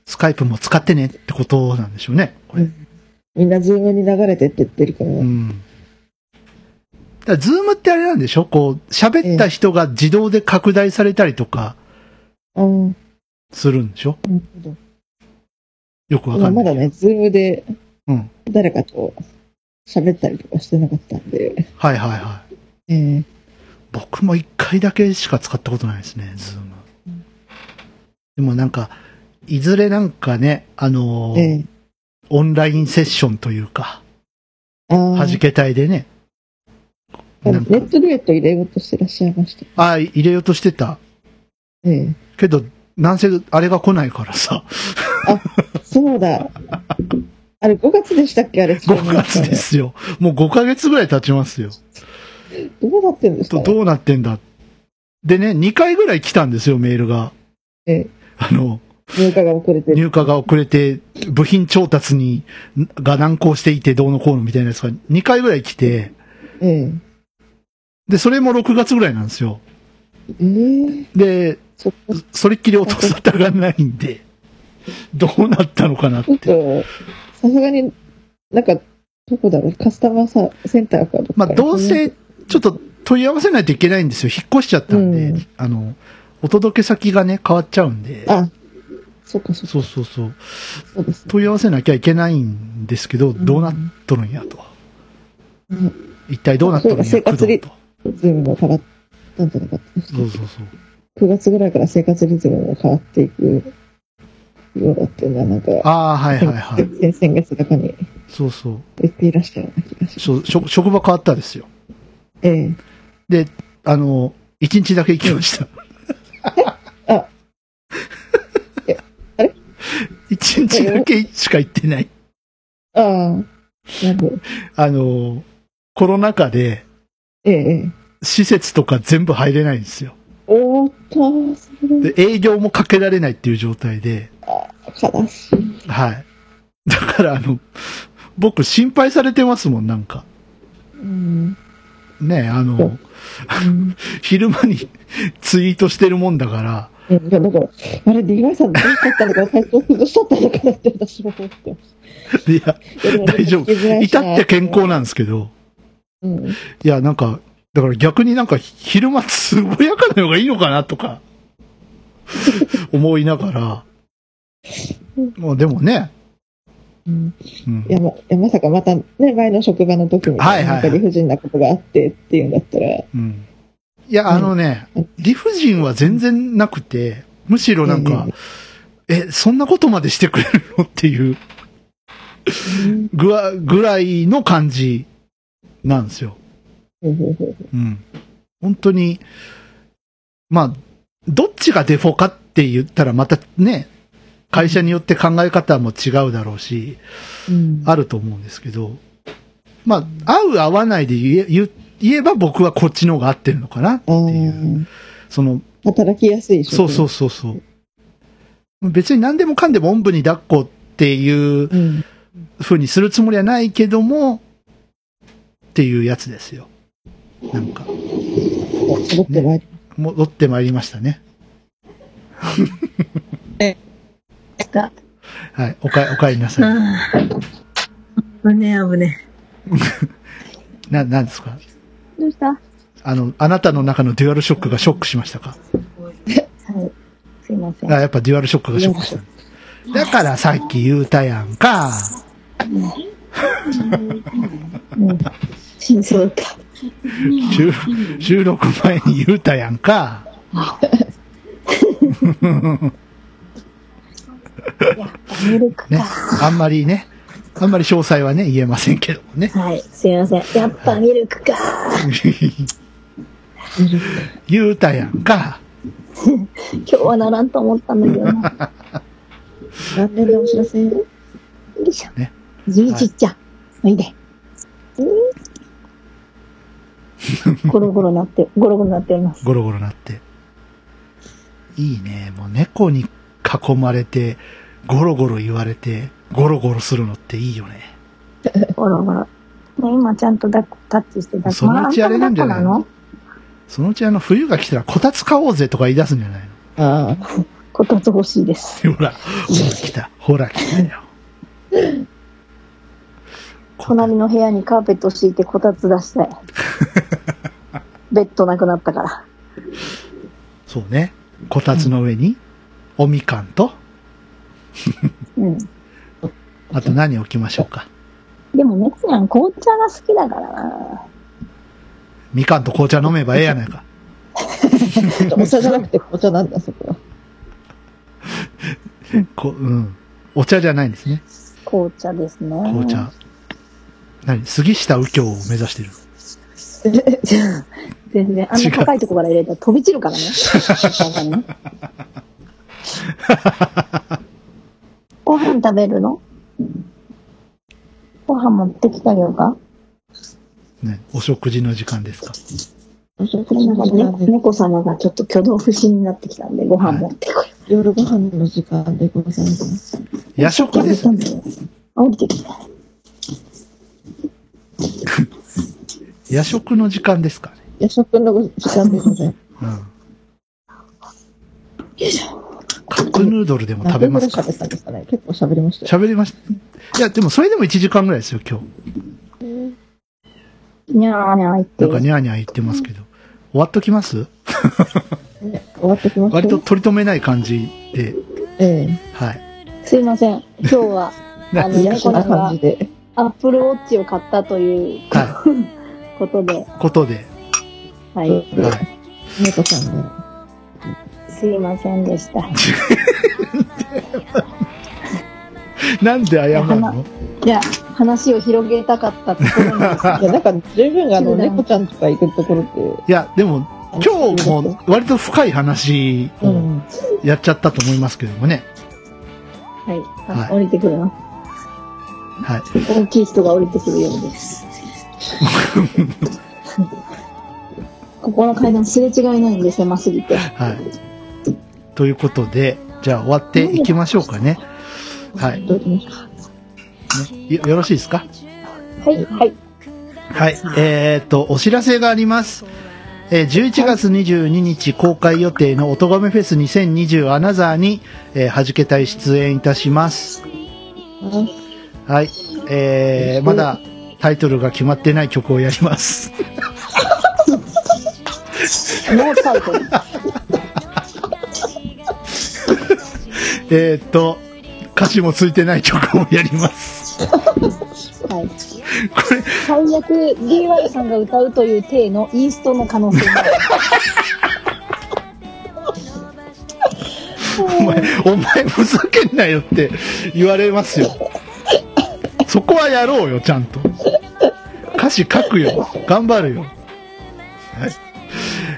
[SPEAKER 1] スカイプも使ってねってことなんでしょうね、これ。
[SPEAKER 3] みんなズームに流れてって言ってるから。
[SPEAKER 1] うん。だからズームってあれなんでしょこう、喋った人が自動で拡大されたりとか
[SPEAKER 3] うん。
[SPEAKER 1] するんでしょ
[SPEAKER 3] うん
[SPEAKER 1] よくわ
[SPEAKER 3] ま
[SPEAKER 1] か
[SPEAKER 3] あ
[SPEAKER 1] んな
[SPEAKER 3] ま
[SPEAKER 1] い。
[SPEAKER 3] だね、ズームで
[SPEAKER 1] うん、
[SPEAKER 3] 誰かと喋ったりとかしてなかったんで、
[SPEAKER 1] はいはいはい。
[SPEAKER 3] ええ
[SPEAKER 1] 僕も一回だけしか使ったことないですね、ズーム。でもなんか、いずれなんかね、あのー
[SPEAKER 3] ええ
[SPEAKER 1] オンラインセッションというか、
[SPEAKER 3] ああ
[SPEAKER 1] 弾け体でね。
[SPEAKER 3] ネ
[SPEAKER 1] なんか
[SPEAKER 3] ットデュエット入れようとしてらっしゃいました。
[SPEAKER 1] あー入れようとしてた。
[SPEAKER 3] ええ
[SPEAKER 1] けど、なんせ、あれが来ないから さ、
[SPEAKER 3] そうだ。 あれ、5月でしたっけあれ、
[SPEAKER 1] 5月で。すよ。もう5ヶ月ぐらい経ちますよ。
[SPEAKER 3] どうなってるんですか
[SPEAKER 1] と
[SPEAKER 3] ね、
[SPEAKER 1] どうなってんだ。でね、2回ぐらい来たんですよ、メールが。
[SPEAKER 3] ええ
[SPEAKER 1] あの、
[SPEAKER 3] 入荷が遅れてる。
[SPEAKER 1] 入荷が遅れて、部品調達に、が難航していて、どうのこうのみたいなやつが2回ぐらい来て、
[SPEAKER 3] ええ
[SPEAKER 1] で、それも6月ぐらいなんですよ。
[SPEAKER 3] ええ
[SPEAKER 1] で、
[SPEAKER 3] そこち
[SPEAKER 1] それっきり落とさたがないんで、どうなったのかなっ。
[SPEAKER 3] ょってと、さすがになんか、どこだろう、カスタマーさセンターかどっか
[SPEAKER 1] まあ、どうせ、ちょっと問い合わせないといけないんですよ。引っ越しちゃったんで、
[SPEAKER 3] うん
[SPEAKER 1] あの、お届け先がね、変わっちゃうんで。
[SPEAKER 3] あ、そっかそっか、
[SPEAKER 1] そうそうそう。
[SPEAKER 3] そうですね。
[SPEAKER 1] 問い合わせなきゃいけないんですけど、どうなっとるんやと。
[SPEAKER 3] うん
[SPEAKER 1] 一体どうなっとるんや、
[SPEAKER 3] そうか生活
[SPEAKER 1] 工藤
[SPEAKER 3] リ
[SPEAKER 1] と。
[SPEAKER 3] ズムが変わったんじゃなかったですか
[SPEAKER 1] そうそうそう。
[SPEAKER 3] 9月ぐらいから生活リズムが変わっていくようだっていうのは、なんか、
[SPEAKER 1] ああ、はいはいはい。
[SPEAKER 3] 先々月中に
[SPEAKER 1] そうそう。
[SPEAKER 3] 言っていらしたような気がします。
[SPEAKER 1] そう職職場変わったですよ。
[SPEAKER 3] ええ
[SPEAKER 1] で、あの、一日だけ行きました。
[SPEAKER 3] あえあれ
[SPEAKER 1] 一日だけしか行ってない。
[SPEAKER 3] ああ、なるほど。
[SPEAKER 1] あの、コロナ禍で
[SPEAKER 3] ええええ
[SPEAKER 1] 施設とか全部入れないんですよ。
[SPEAKER 3] おーっと、それ
[SPEAKER 1] で、営業もかけられないっていう状態で、
[SPEAKER 3] は悲しい。
[SPEAKER 1] はい。だから、あの、僕心配されてますもん、なんか。
[SPEAKER 3] うん。
[SPEAKER 1] ね、あ
[SPEAKER 3] う
[SPEAKER 1] の
[SPEAKER 3] ん、うん
[SPEAKER 1] 昼間にツイートしてるもんだから、
[SPEAKER 3] いや、だから、あれ、DY さんどうしちゃったのか、体調崩しちゃったのかなって私も思ってまし
[SPEAKER 1] いや、
[SPEAKER 3] たいやでも
[SPEAKER 1] 大丈 夫。至って健。康なんですけど、
[SPEAKER 3] うん。
[SPEAKER 1] いや、なんか、だから逆になんか昼間つぼやかなのがいいのかなとか、 思いながら、もうでもね、
[SPEAKER 3] うん
[SPEAKER 1] うん
[SPEAKER 3] い、や、ま、いやまさかまたね、前の職場の時みたいな、
[SPEAKER 1] はいはいはい
[SPEAKER 3] なんか理不尽なことがあってっていうんだったら、
[SPEAKER 1] うん。いや、あのね、理不尽は全然なくて、むしろなんか、え、そんなことまでしてくれるのっていう
[SPEAKER 3] うん
[SPEAKER 1] ぐわぐらいの感じなんですよ。
[SPEAKER 3] うんうんうん
[SPEAKER 1] うん。本当に、まあ、どっちがデフォかって言ったらまたね、会社によって考え方も違うだろうし、
[SPEAKER 3] うん
[SPEAKER 1] あると思うんですけど、まあ、合う合わないで言え言う言えば僕はこっちの方が合ってるのかなって
[SPEAKER 3] あ
[SPEAKER 1] いう、
[SPEAKER 3] ー
[SPEAKER 1] その、
[SPEAKER 3] 働きやすい職
[SPEAKER 1] そうそうそうそう。別に何でもかんでもおんぶに抱っこっていう
[SPEAKER 3] う。うん。
[SPEAKER 1] 風にするつもりはないけども、っていうやつですよ。なんか、
[SPEAKER 3] 戻ってまいり
[SPEAKER 1] 戻ってまいりましたね。
[SPEAKER 9] した。
[SPEAKER 1] はい、おかえ、おかえりなさい。
[SPEAKER 9] ああ。危ねえ危ね
[SPEAKER 1] な、なんですか
[SPEAKER 2] どうした
[SPEAKER 1] あの、あなたの中のデュアルショックがショックしましたか
[SPEAKER 9] え。はい。すいません。
[SPEAKER 1] あやっぱデュアルショックがショックした。だからさっき言うたやんか。
[SPEAKER 9] 心臓だ。
[SPEAKER 1] 収収録前に言うたやんか。
[SPEAKER 9] ミルクか。
[SPEAKER 1] ね。あんまりね、あんまり詳細はね、言えませんけども ね。
[SPEAKER 9] はい。すいません。やっぱミルクか。
[SPEAKER 1] 言うたやんか。
[SPEAKER 9] 今日はならんと思ったんだけどな。
[SPEAKER 3] 何年でお知らせ
[SPEAKER 9] よいしょ。
[SPEAKER 1] ね
[SPEAKER 9] じいちっちゃ。おいで。
[SPEAKER 2] ゴロゴロなって、ゴロゴロなってます。
[SPEAKER 1] ゴロゴロなって。いいね。もう猫に囲まれて、ゴロゴロ言われて、ゴロゴロするのっていいよね。
[SPEAKER 2] ゴロゴロ。ね、今ちゃんと抱っこタッチして抱っこ。
[SPEAKER 1] そのうちあれなんじゃない
[SPEAKER 2] まああんたも抱っこ
[SPEAKER 1] そのうちあの、冬が来たらこたつ買おうぜとか言い出すんじゃない
[SPEAKER 2] なのああ。こたつ欲し いです。
[SPEAKER 1] のほら、ほら来た、ほら来たよ。
[SPEAKER 2] 隣の部屋にカーペット敷いてこたつ 出したい。ベッドなくなったから。
[SPEAKER 1] そうね。こたつの上に、おみかんと、
[SPEAKER 2] うん。
[SPEAKER 1] あと何置きましょうか。
[SPEAKER 2] でもねつやん紅茶が好きだからな。
[SPEAKER 1] みかんと紅茶飲めばええやないか。
[SPEAKER 10] お茶じゃなくて紅茶なんだ、そこは。
[SPEAKER 1] こうん。お茶じゃないんですね。
[SPEAKER 2] 紅茶ですね。
[SPEAKER 1] 紅茶。何杉下右京を目指してる。
[SPEAKER 2] 全然。あんな高いとこから入れたら飛び散るか らね。ご飯食べるのご飯持ってきてあげようか
[SPEAKER 1] ね、お食事の時間ですか。
[SPEAKER 2] なんかね、猫様がちょっと挙動不審になってきたんで、ご飯持ってくる。夜ご飯の時間でございます。
[SPEAKER 1] 夜食です。
[SPEAKER 2] あ、降りてきた。
[SPEAKER 1] 夜食の時間ですかね。
[SPEAKER 10] 夜食のご時間でございま
[SPEAKER 1] うん。カップヌードルでも食べますか
[SPEAKER 10] 喋ったんですかね結構喋りました
[SPEAKER 1] 喋りました。いや、でもそれでも1時間ぐらいですよ、今日。
[SPEAKER 2] にゃーにゃー言って。
[SPEAKER 1] なんかニャーニャー言ってますけど。終わっときます
[SPEAKER 10] 終わってきます
[SPEAKER 1] 割と取り留めない感じで。
[SPEAKER 10] ええ。
[SPEAKER 1] はい。
[SPEAKER 2] すいません。今日は、あの、
[SPEAKER 10] 癒やし
[SPEAKER 2] 猫
[SPEAKER 10] な
[SPEAKER 2] さん
[SPEAKER 10] 感
[SPEAKER 2] が
[SPEAKER 10] じで。
[SPEAKER 2] アップルウォッチを買ったという
[SPEAKER 1] は
[SPEAKER 2] ことで、
[SPEAKER 1] い。ことで。
[SPEAKER 2] はい。
[SPEAKER 1] はい。
[SPEAKER 10] 猫さんね。
[SPEAKER 2] すいませんでした。
[SPEAKER 1] なんで謝るの
[SPEAKER 2] いや、話を広げたかったところなんです
[SPEAKER 10] いや、なんか十分あの、猫ちゃんとか行くところって、
[SPEAKER 1] いや、でも、今日も割と深い話をやっちゃったと思いますけどもね。
[SPEAKER 2] はい。あ
[SPEAKER 1] はい
[SPEAKER 2] 降りてくるな。
[SPEAKER 1] はい。
[SPEAKER 2] 大きい人が降りてくるよう です。ここの階段すれ違いないんで狭すぎて。
[SPEAKER 1] はい。ということで、じゃあ終わっていきましょうかね。はい。
[SPEAKER 10] どうしましょ
[SPEAKER 1] ねよよろしいですか
[SPEAKER 2] はい、はい。
[SPEAKER 1] はい。えっと、お知らせがあります。えー11月22日公開予定のおとがめフェス2020アナザーに、えー、はじけたい出演いたします。はい。えーまだタイトルが決まってない曲をやります。
[SPEAKER 2] ノータイトル。
[SPEAKER 1] えーっと、歌詞もついてない曲をやります。
[SPEAKER 2] はい。最悪、DY さんが歌うという体のイーストの可能性がある。
[SPEAKER 1] お前、お前ふざけんなよって言われますよ。そこはやろうよ、ちゃんと。歌詞書くよ。頑張るよ。はい。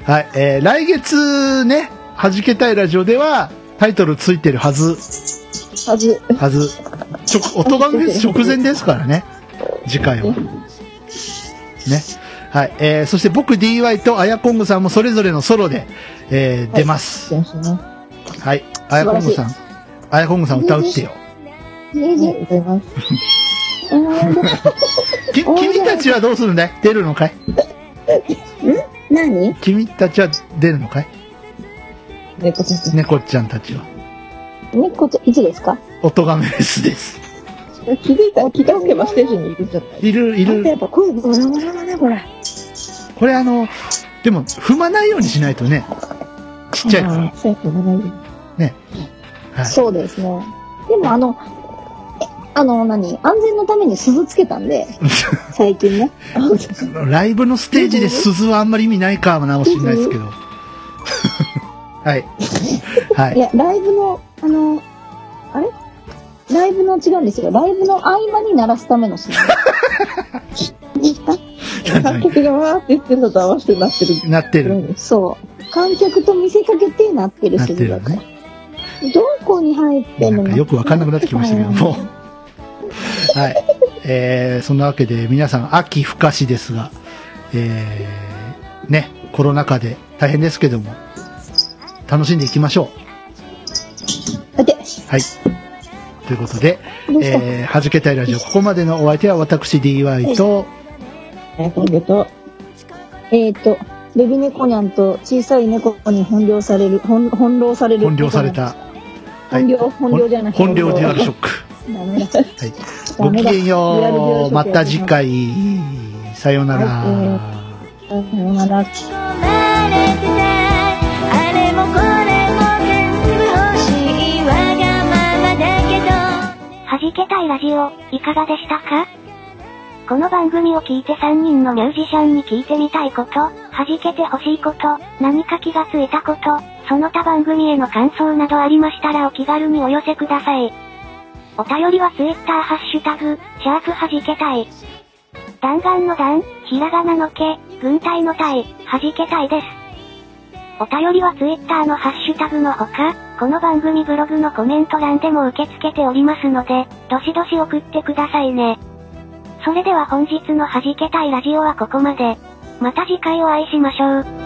[SPEAKER 1] はい、えー、来月ね、はじけたいラジオでは、タイトルついてるはず、
[SPEAKER 10] はず、
[SPEAKER 1] はず。ちょ、音がフェス直前ですからね。次回は。ね。はい。えー、そして僕 DY とあやこんぐさんもそれぞれのソロで、えー、出ます。
[SPEAKER 10] 出ましたね。
[SPEAKER 1] はい。あやこんぐさん。あやこんぐさん歌うってよ。
[SPEAKER 10] はい、歌います。
[SPEAKER 1] き、君たちはどうするんだい出るのかい
[SPEAKER 2] 何
[SPEAKER 1] 君たちは出るのかい
[SPEAKER 10] 猫ちゃんと。
[SPEAKER 1] 猫ちゃんたちは。
[SPEAKER 2] 猫ちゃん、いつですか
[SPEAKER 1] おとがめフェスです。
[SPEAKER 10] 気づいた、気がつけばステージにいるんじゃない
[SPEAKER 1] いる、いる。
[SPEAKER 2] やっぱ声ゴロゴロだね、これ。
[SPEAKER 1] これあの、でも、踏まないようにしないとね。ちっちゃいから。
[SPEAKER 10] ああ、そうやって長いよ。
[SPEAKER 1] ね。はい。
[SPEAKER 2] そうですね。でもあの、えあの、何安全のために鈴つけたんで、最近ね。
[SPEAKER 1] ライブのステージで鈴はあんまり意味ないかもな、もしれないですけど。 はい。 はいい。
[SPEAKER 2] や、ライブの、あの、あれライブの違うんですよ。ライブの合間に鳴らすための鈴。
[SPEAKER 10] 観 客がわーって言ってるのと合わせてなってる。
[SPEAKER 1] なってる。
[SPEAKER 2] そう。観客と見せかけて鳴ってる
[SPEAKER 1] なって
[SPEAKER 2] 鈴
[SPEAKER 1] る
[SPEAKER 2] だ
[SPEAKER 1] よ
[SPEAKER 2] から。
[SPEAKER 1] ね。
[SPEAKER 2] どこに入って
[SPEAKER 1] な
[SPEAKER 2] んの
[SPEAKER 1] んかよくわかんなくなってきましたけども。 はい。えー、そんなわけで皆さん、秋深しですが、えー、ね、コロナ禍で大変ですけども、楽しんでいきましょ
[SPEAKER 2] だって、
[SPEAKER 1] う。はい。ということで、
[SPEAKER 2] どうした
[SPEAKER 1] えー、はじけたいラジオ、ここまでのお相手は私 DY と、
[SPEAKER 11] 今月、
[SPEAKER 2] えっ、と、ベビ猫ニャンと小さい猫に翻弄される、翻翻弄される。
[SPEAKER 1] 本領された。
[SPEAKER 2] 本領、本領じゃなくて。
[SPEAKER 1] 本領デュアルショック。
[SPEAKER 2] ダメだ。
[SPEAKER 1] ごきげん
[SPEAKER 2] リアルデュアルショッ
[SPEAKER 1] よう。
[SPEAKER 2] ク
[SPEAKER 1] また次回。さようなら。
[SPEAKER 2] さようなら。
[SPEAKER 12] あれもこれも全部欲しいわがままだけど
[SPEAKER 13] 弾けたいラジオ、いかがでしたかこの番組を聞いて3人のミュージシャンに聞いてみたいこと、弾けてほしいこと、何か気がついたこと、その他番組への感想などありましたらお気軽にお寄せください。お便りは Twitter ハッシュタグ、シャープ弾けたい。弾丸の弾、ひらがなのけ、軍隊の隊、弾けたいです。お便りは Twitter のハッシュタグのほか、この番組ブログのコメント欄でも受け付けておりますので、どしどし送ってくださいね。それでは本日の弾けたいラジオはここまで。また次回お会いしましょう。